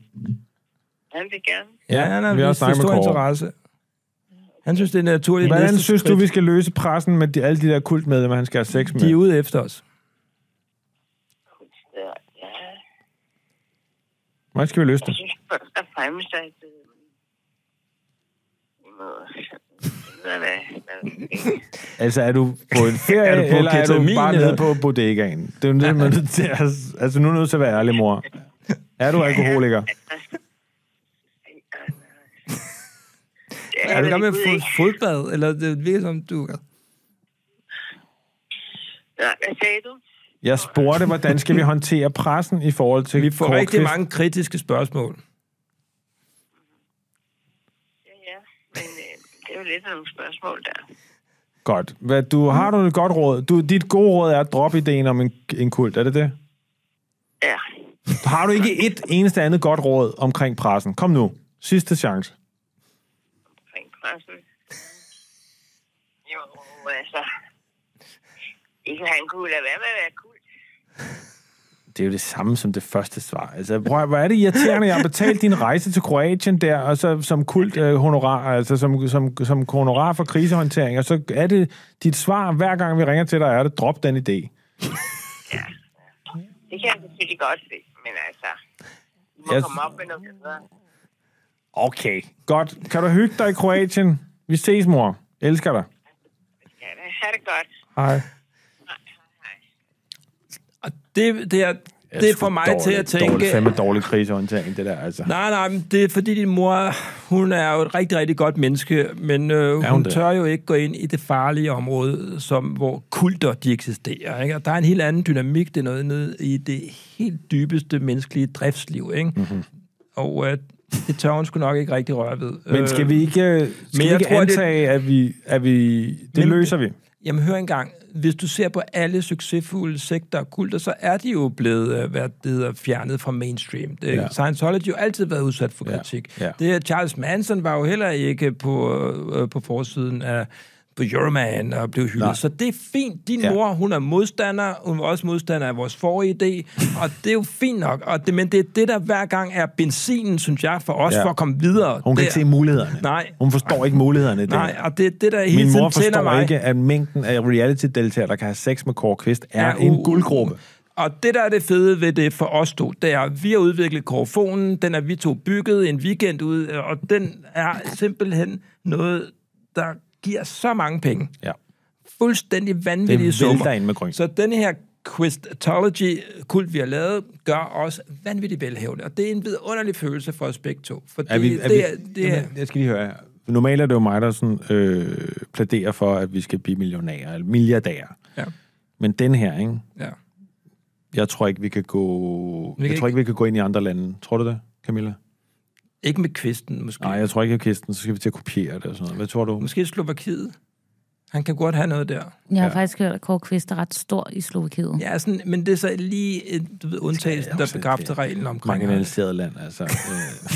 S5: Han vil gerne.
S1: Ja, han har
S2: vi har
S1: vist
S2: snakket med
S1: stor
S2: Kåre.
S1: interesse. Han synes, det er naturligt.
S2: Hvordan
S1: næste
S2: synes
S1: skridt.
S2: du, vi skal løse pressen med de, alle de der kultmedlemmer, han skal have sex med?
S1: De er ude efter os.
S5: Så, ja,
S2: Hvordan skal vi løse
S5: jeg
S2: det?
S5: synes først og fremmest, at øh, vi må finde ud af, hvad- hvad der sker.
S2: Altså, er du på en ferie,
S1: Er du på
S2: eller <laughs> er du
S1: ketamin,
S2: bare
S1: eller?
S2: nede på bodegaen? Det er jo det, man er nødt til at... Altså, nu er du nødt til at være ærlig, mor. Er du alkoholiker?
S5: Det
S1: Er du i gang med at
S5: jeg ved
S1: få
S5: ikke.
S1: fodbad? Eller det virker som, du...
S5: Nej, Hvad sagde du?
S2: Jeg spurgte, hvordan skal vi håndtere pressen i forhold til
S1: Vi får
S2: Kåre
S1: rigtig
S2: Kvist?
S1: mange kritiske spørgsmål.
S5: Ja, ja. Men øh, det er jo lidt af nogle spørgsmål der.
S2: Godt. Hvad, du, har du et godt råd? Du, dit gode råd er at droppe ideen om en, en kult, er det det?
S5: Ja.
S2: Har du ikke et eneste andet godt råd omkring pressen? Kom nu. Sidste chance.
S5: omkring pressen. Jo, altså... Ikke han kunne lade være med at være kul.
S2: Det er jo det samme som det første svar. Altså, prøv, at- hvor er det irriterende, jeg har betalt din rejse til Kroatien der, og så som kult øh, honorar, altså som, som, som honorar for krisehåndtering, og så er det dit svar, hver gang vi ringer til dig, er det, drop den idé.
S5: Det kan jeg selvfølgelig godt se, men altså... Du må
S2: Jeg-
S5: yes. komme op med noget bedre.
S2: Okay. Godt. Kan du hygge dig i Kroatien? Vi ses, mor. Elsker dig.
S5: Ja, da. ha' det godt.
S2: Hej.
S1: Og det, det, er, det er for mig
S2: dårlig,
S1: til at tænke...
S2: Dårlig, fandme dårlig krisehåndtering, det der, altså.
S1: Nej, nej, men det er fordi din mor, hun er jo et rigtig, rigtig godt menneske, men øh, hun,
S2: hun det?
S1: tør jo ikke gå ind i det farlige område, som, hvor kulter de eksisterer. Ikke? Og der er en helt anden dynamik, det er noget nede i det helt dybeste menneskelige driftsliv. Ikke?
S2: Mhm.
S1: Mm-hmm. Og øh, det tør hun sgu nok ikke rigtig røre ved.
S2: Men skal vi ikke, skal
S1: Øh, men jeg
S2: vi ikke
S1: tror, det-
S2: antage, at vi... At vi det
S1: Men-
S2: løser vi.
S1: Jamen hør engang, hvis du ser på alle succesfulde sekter og kulter, så er de jo blevet øh, hvad det hedder, fjernet fra mainstream. Det,
S2: Ja.
S1: ja. Scientology har jo altid været udsat for kritik.
S2: ja.
S1: Det, er- Charles Manson var jo heller ikke på, øh, på forsiden af på Euroman og blev hyldet.
S2: Nej.
S1: Nej. Så det er fint. Din
S2: Ja.
S1: ja. mor, hun er modstander, hun var også modstander af vores forrige idé, og det er jo fint nok. Og det, men det er det, der hver gang er benzinen, synes jeg, for os,
S2: Ja.
S1: ja. for at komme videre.
S2: Hun kan
S1: der.
S2: ikke se mulighederne.
S1: Nej.
S2: Hun forstår ikke mulighederne i det.
S1: Nej, og det er det, der hele
S2: Min mor
S1: tiden tænder
S2: forstår
S1: mig.
S2: ikke, at mængden af reality-deltagere, der kan have sex med Kåre Kvist, er
S1: Ja,
S2: en
S1: uh,
S2: guldgruppe.
S1: Og det, der er det fede ved det for os to, det er, at vi har udviklet korfonen, den er vi to bygget en weekend ud, og den er simpelthen noget, der giver så mange penge.
S2: Ja.
S1: Fuldstændig vanvittige
S2: Det vælter
S1: summer.
S2: ind med gryn.
S1: Så den her Quiztology-kult, vi har lavet, gør os vanvittigt velhævende. Og det er en vidunderlig følelse for os begge to. Fordi
S2: Er vi, er vi,
S1: det, er, det er,
S2: Jamen, jeg skal lige høre her. Normalt er det jo mig, der sådan, øh, pladerer for, at vi skal blive millionærer, eller milliardærer.
S1: ja,
S2: Men den her, ikke?
S1: ja.
S2: Jeg tror ikke, vi kan gå...
S1: kan
S2: jeg
S1: ikke-
S2: tror ikke, vi kan gå ind i andre lande. Tror du det, Camilla?
S1: Ikke med kvisten, måske.
S2: Nej, jeg tror ikke, at kisten, så skal vi til at kopiere det og sådan noget. Hvad tror du?
S1: Måske Slovakiet. Han kan godt have noget der.
S4: Jeg har ja. faktisk hørt, at Kåre Kvist er ret stor i Slovakiet. Ja.
S1: Ja, sådan, men det er så lige øh, du ved, undtagelsen, der
S2: også
S1: bekræfter
S2: det.
S1: reglen omkring ham.
S2: Marginaliseret land, altså. øh.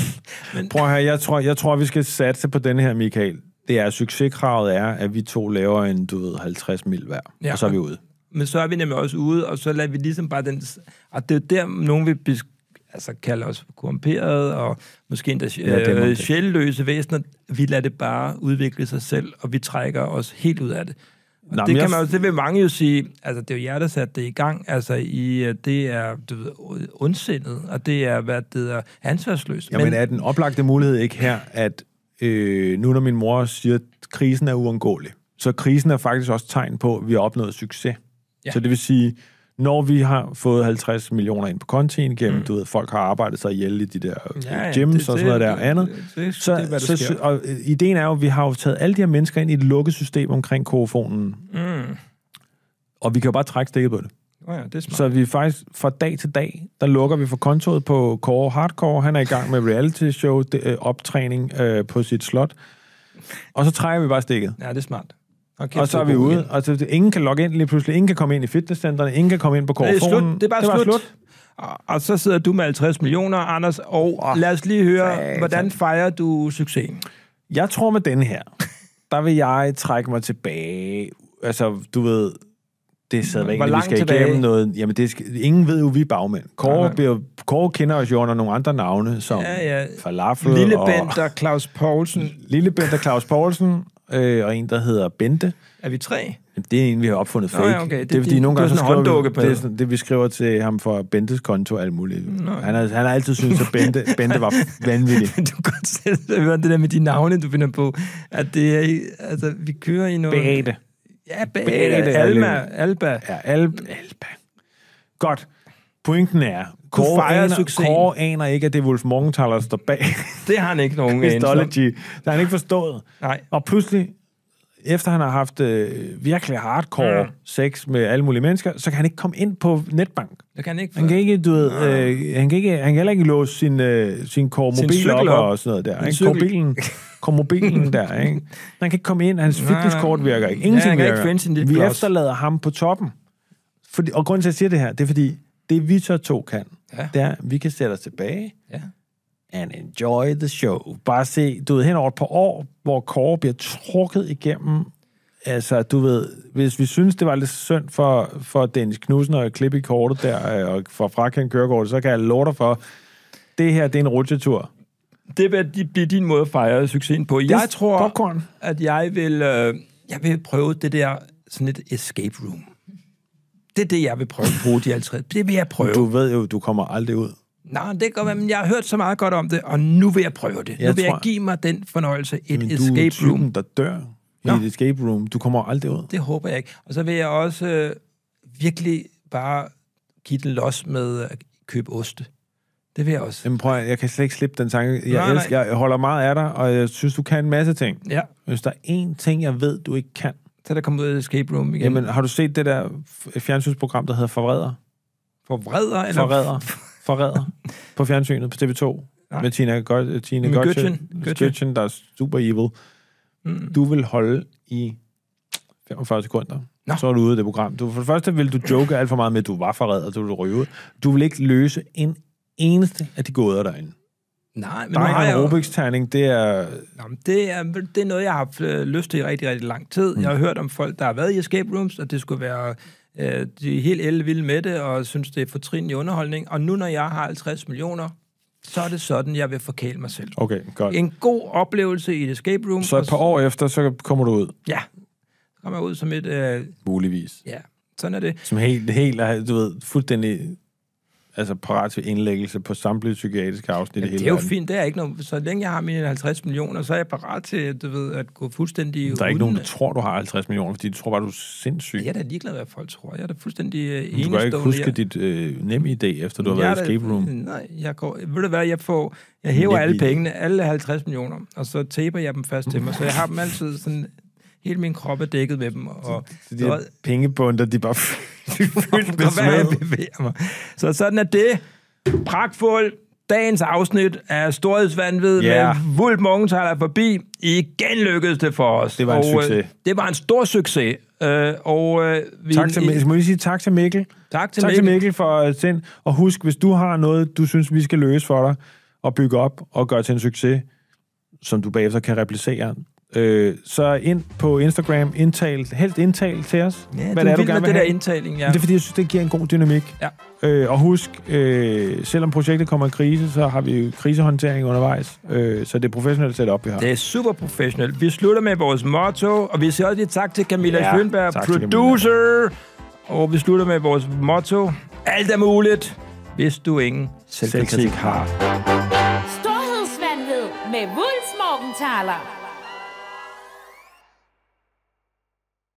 S2: <laughs> Men... Prøv her, jeg tror, jeg tror, vi skal satse på den her, Michael. Det er, succeskravet er, at vi to laver en, du ved, 50 mil hver. Ja.
S1: Ja.
S2: Og så er vi ude.
S1: Men så er vi nemlig også ude, og så lader vi ligesom bare den... Og det er jo der, nogen vil besk- altså, kalde os korrumperede, og måske endda
S2: Ja, det er
S1: ja,
S2: nok
S1: øh,
S2: det.
S1: sjælløse væsener. Vi lader det bare udvikle sig selv, og vi trækker os helt ud af det. Og
S2: Nå,
S1: Nå,
S2: men
S1: det,
S2: jeg-
S1: kan man jo, det vil mange jo sige, altså det er jo jer, der satte det i gang, altså i, øh, det er du ved, ondsindet, og det er, hvad det er, ansvarsløst.
S2: Jamen, men... er den oplagte mulighed ikke her, at øh, nu når min mor siger, at krisen er uundgåelig, så krisen er faktisk også tegn på, at vi har opnået succes. Ja.
S1: Ja.
S2: Så det vil sige, når vi har fået 50 millioner ind på kontien gennem, mm. du ved, folk har arbejdet sig ihjel i de der ja, ja, gyms det, og sådan noget der og andet.
S1: Det, det, det,
S2: Så,
S1: det, er, hvad der
S2: så
S1: sker.
S2: sy- og øh, ideen er jo, at vi har jo taget alle de her mennesker ind i et lukket system omkring kofonen. Mm. Og vi kan jo bare trække stikket på det.
S1: Nå ja, det er smart.
S2: Så vi faktisk fra dag til dag, der lukker vi for kontoret på Kåre Hardcore. Han er i gang med reality show, det, øh, optræning øh, på sit slot. Og så trækker vi bare stikket.
S1: Ja, det er smart. Okay,
S2: Og så er vi ude. Og så, ingen kan logge ind lige pludselig. Ingen kan komme ind i fitnesscenterne. Ingen kan komme ind på
S1: Det er, slut.
S2: korfonen.
S1: det er bare slut. slut. Og, og så sidder du med 50 millioner, Anders, og oh, lad os lige høre,
S2: satan.
S1: hvordan fejrer du succesen?
S2: Jeg tror med
S1: <laughs>
S2: den her, der vil jeg trække mig tilbage. Altså, du ved, det sad ikke, vi
S1: langt
S2: skal
S1: tilbage?
S2: igennem noget. Jamen, det skal, ingen ved jo, vi er bagmænd.
S1: Nej,
S2: Kåre,
S1: nej.
S2: bliver, Kåre kender os jo under nogle andre navne, som
S1: Ja,
S2: ja,
S1: ja.
S2: ja. Falafel
S1: Lille
S2: og...
S1: Bent og Claus Poulsen.
S2: Lille Bent og Claus Poulsen, øh, og en, der hedder Bente.
S1: Er vi tre? <laughs>
S2: Jamen, Det er en, vi har opfundet
S1: Nå
S2: fake.
S1: ja, okay. Det
S2: det,
S1: er
S2: er fordi,
S1: din-
S2: nogle
S1: det er
S2: gange så
S1: sådan en
S2: skriver vi,
S1: hånddukkeplade.
S2: det, er sådan, det, vi skriver til ham for Bentes konto og alt muligt. Han har, han har altid syntes, at Bente, Bente
S1: <laughs>
S2: var vanvittig.
S1: du kan godt selv høre det der med de navne, du finder på. At det er, i- altså, vi kører i noget... Ja, Bæte.
S2: Bæte er
S1: Alma.
S2: lidt-
S1: Alba.
S2: Ja, Alba. Alba. Godt. Pointen er,
S1: fejrer
S2: Kåre aner,
S1: succesen.
S2: Kåre aner ikke, at det er Wolf Morgenthaler, der står bag <laughs>
S1: Det har han ikke nogen anelse om.
S2: Histology. Det har han ikke forstået.
S1: Nej.
S2: Og pludselig, efter han har haft øh, virkelig hardcore
S1: Mm.
S2: mm. sex med alle mulige mennesker, så kan han ikke komme ind på netbank.
S1: Det kan han ikke.
S2: Han kan ikke, du ved, øh, han kan ikke, han kan heller ikke låse sin, øh, sin
S1: cykel
S2: kormobil op,
S1: op.
S2: og sådan noget der. Ikke?
S1: cykel. <laughs>
S2: Kormobilen, kormobilen der, ikke? Han kan ikke komme ind, hans
S1: Nej.
S2: fitnesskort virker ikke.
S1: Ja, han
S2: Ingenting
S1: kan ikke
S2: virker.
S1: finde sin lille
S2: vi
S1: plads.
S2: efterlader ham på toppen. Fordi, og grunden til, at jeg siger det her, det er fordi, det vi så to kan,
S1: Ja.
S2: ja. det er, at vi kan sætte os tilbage
S1: Ja.
S2: and enjoy the show. Bare se, du ved, hen over et par år, hvor Kåre bliver trukket igennem Altså, du ved, hvis vi synes, det var lidt synd for, for Dennis Knudsen og klippe i kortet der, øh, og for frakendt kørekortet, så kan jeg love dig for, det her, det er en rutsjetur.
S1: Det vil de- blive din måde at fejre succesen på. Jeg
S2: er
S1: tror,
S2: popcorn.
S1: at jeg vil, øh, jeg vil prøve det der sådan et escape room. Det er det, jeg vil prøve at bruge de 50. Det vil jeg prøve.
S2: Du
S1: Du...
S2: ved jo, du kommer aldrig ud.
S1: Nej, det kan godt være, men jeg har hørt så meget godt om det, og nu vil jeg prøve det. Jeg nu
S2: Jeg
S1: vil tror... jeg
S2: tror-
S1: give mig den fornøjelse. Et
S2: Men du er
S1: escape room.
S2: typen, der dør i
S1: Nå.
S2: et escape room. Du kommer aldrig ud.
S1: Det håber jeg ikke. Og så vil jeg også øh, virkelig bare give den los med at købe oste. Det vil jeg også.
S2: Jamen prøv, at- jeg kan slet ikke slippe den tanke.
S1: Nej,
S2: Jeg,
S1: nej.
S2: elsker, jeg holder meget af dig, og jeg synes, du kan en masse ting.
S1: Ja,
S2: Hvis der er én ting, jeg ved, du ikke kan,
S1: så er der kommet ud af et escape room igen.
S2: jamen har du set det der f- fjernsynsprogram, der hedder Forræder?
S1: forvredder eller
S2: Forræder. Forræder. på fjernsynet på TV2.
S1: Nej.
S2: Nej. Med Tina, Go- Tina
S1: Med
S2: Gotchen.
S1: Götzen. Götzen.
S2: Gotchen, der er super evil. Mm. Du vil holde i 45 sekunder.
S1: Nå.
S2: Nå. Så er du ude af det program. Du, for det første vil du joke alt for meget med, at du var forræder, du vil røve. Du vil ikke løse en eneste af de gåder derinde.
S1: Nej, men
S2: Der
S1: nu har
S2: er
S1: jeg
S2: en
S1: jo,
S2: Rubik's-terning, det er...
S1: Nå, men det, er, det er noget, jeg har haft øh, lyst til i rigtig, rigtig lang tid. Mm. Jeg har hørt om folk, der har været i escape rooms, og det skulle være... Øh, de er helt elvilde med det, og synes, det er fortrin i underholdning. Og nu, når jeg har 50 millioner, så er det sådan, jeg vil forkæle mig selv.
S2: Okay, godt.
S1: En god oplevelse i et escape room.
S2: Så
S1: og
S2: et par år efter, så kommer du ud.
S1: Ja. Så kommer jeg ud som et... Øh,
S2: Muligvis.
S1: ja, sådan er det.
S2: Som helt, helt, er, du ved, fuldstændig altså parat til indlæggelse på samtlige psykiatriske afsnit i
S1: Jamen,
S2: hele
S1: det er jo
S2: verden.
S1: fint, det er ikke noget. Så længe jeg har mine 50 millioner, så er jeg parat til, du ved, at gå fuldstændig
S2: Der er ikke nogen, der
S1: uden-
S2: tror, du har 50 millioner, fordi de tror bare, du er sindssyg.
S1: Jeg er da ligeglad, hvad folk tror. Jeg er da fuldstændig øh,
S2: du kan
S1: enestående.
S2: ikke huske
S1: Jeg-
S2: dit øh, nem idé, efter du har
S1: Jeg
S2: været i
S1: er da-
S2: escape room.
S1: Nej, jeg går... Ved du hvad, jeg får... Jeg hæver
S2: Nem
S1: alle
S2: idé.
S1: pengene, alle 50 millioner, og så taper jeg dem fast til mig, så jeg har dem altid sådan... Hele min krop er dækket med dem, og...
S2: Så de her pengebunder, de er bare
S1: <laughs>
S2: de er fyldt med
S1: Og hvad jeg
S2: sved.
S1: bevæger mig. Så sådan er det. Pragtfuld. Dagens afsnit af Storhedsvandvid
S2: Ja.
S1: yeah. med Vult Morgenthaler er forbi. Igen lykkedes det for os.
S2: Det var en
S1: og,
S2: succes.
S1: Øh, det var en stor succes. Øh, og, øh, vi,
S2: Tak til, Mikkel. må jeg lige sige tak til Mikkel.
S1: Tak til
S2: tak
S1: Mikkel.
S2: til Mikkel for at sende. Og husk, hvis du har noget, du synes, vi skal løse for dig, og bygge op og gøre til en succes, som du bagefter kan replicere, øh, så ind på Instagram, indtal, helst indtal til os.
S1: Ja, Hvad du er
S2: det
S1: vild med det der indtaling, ja.
S2: Men Det er, fordi jeg synes, det giver en god dynamik.
S1: Ja.
S2: Øh, og husk, øh, selvom projektet kommer i krise, så har vi jo krisehåndtering undervejs. Øh, så det er professionelt setup, vi har.
S1: Det er super professionelt. Vi slutter med vores motto, og vi siger også lige tak til Camilla ja,
S2: Ja,
S1: Schönberg,
S2: tak til Camilla.
S1: producer. Og vi slutter med vores motto. Alt er muligt, hvis du ingen selvkritik har.
S3: Storhedsvandved med Wulfs Morgenthaler.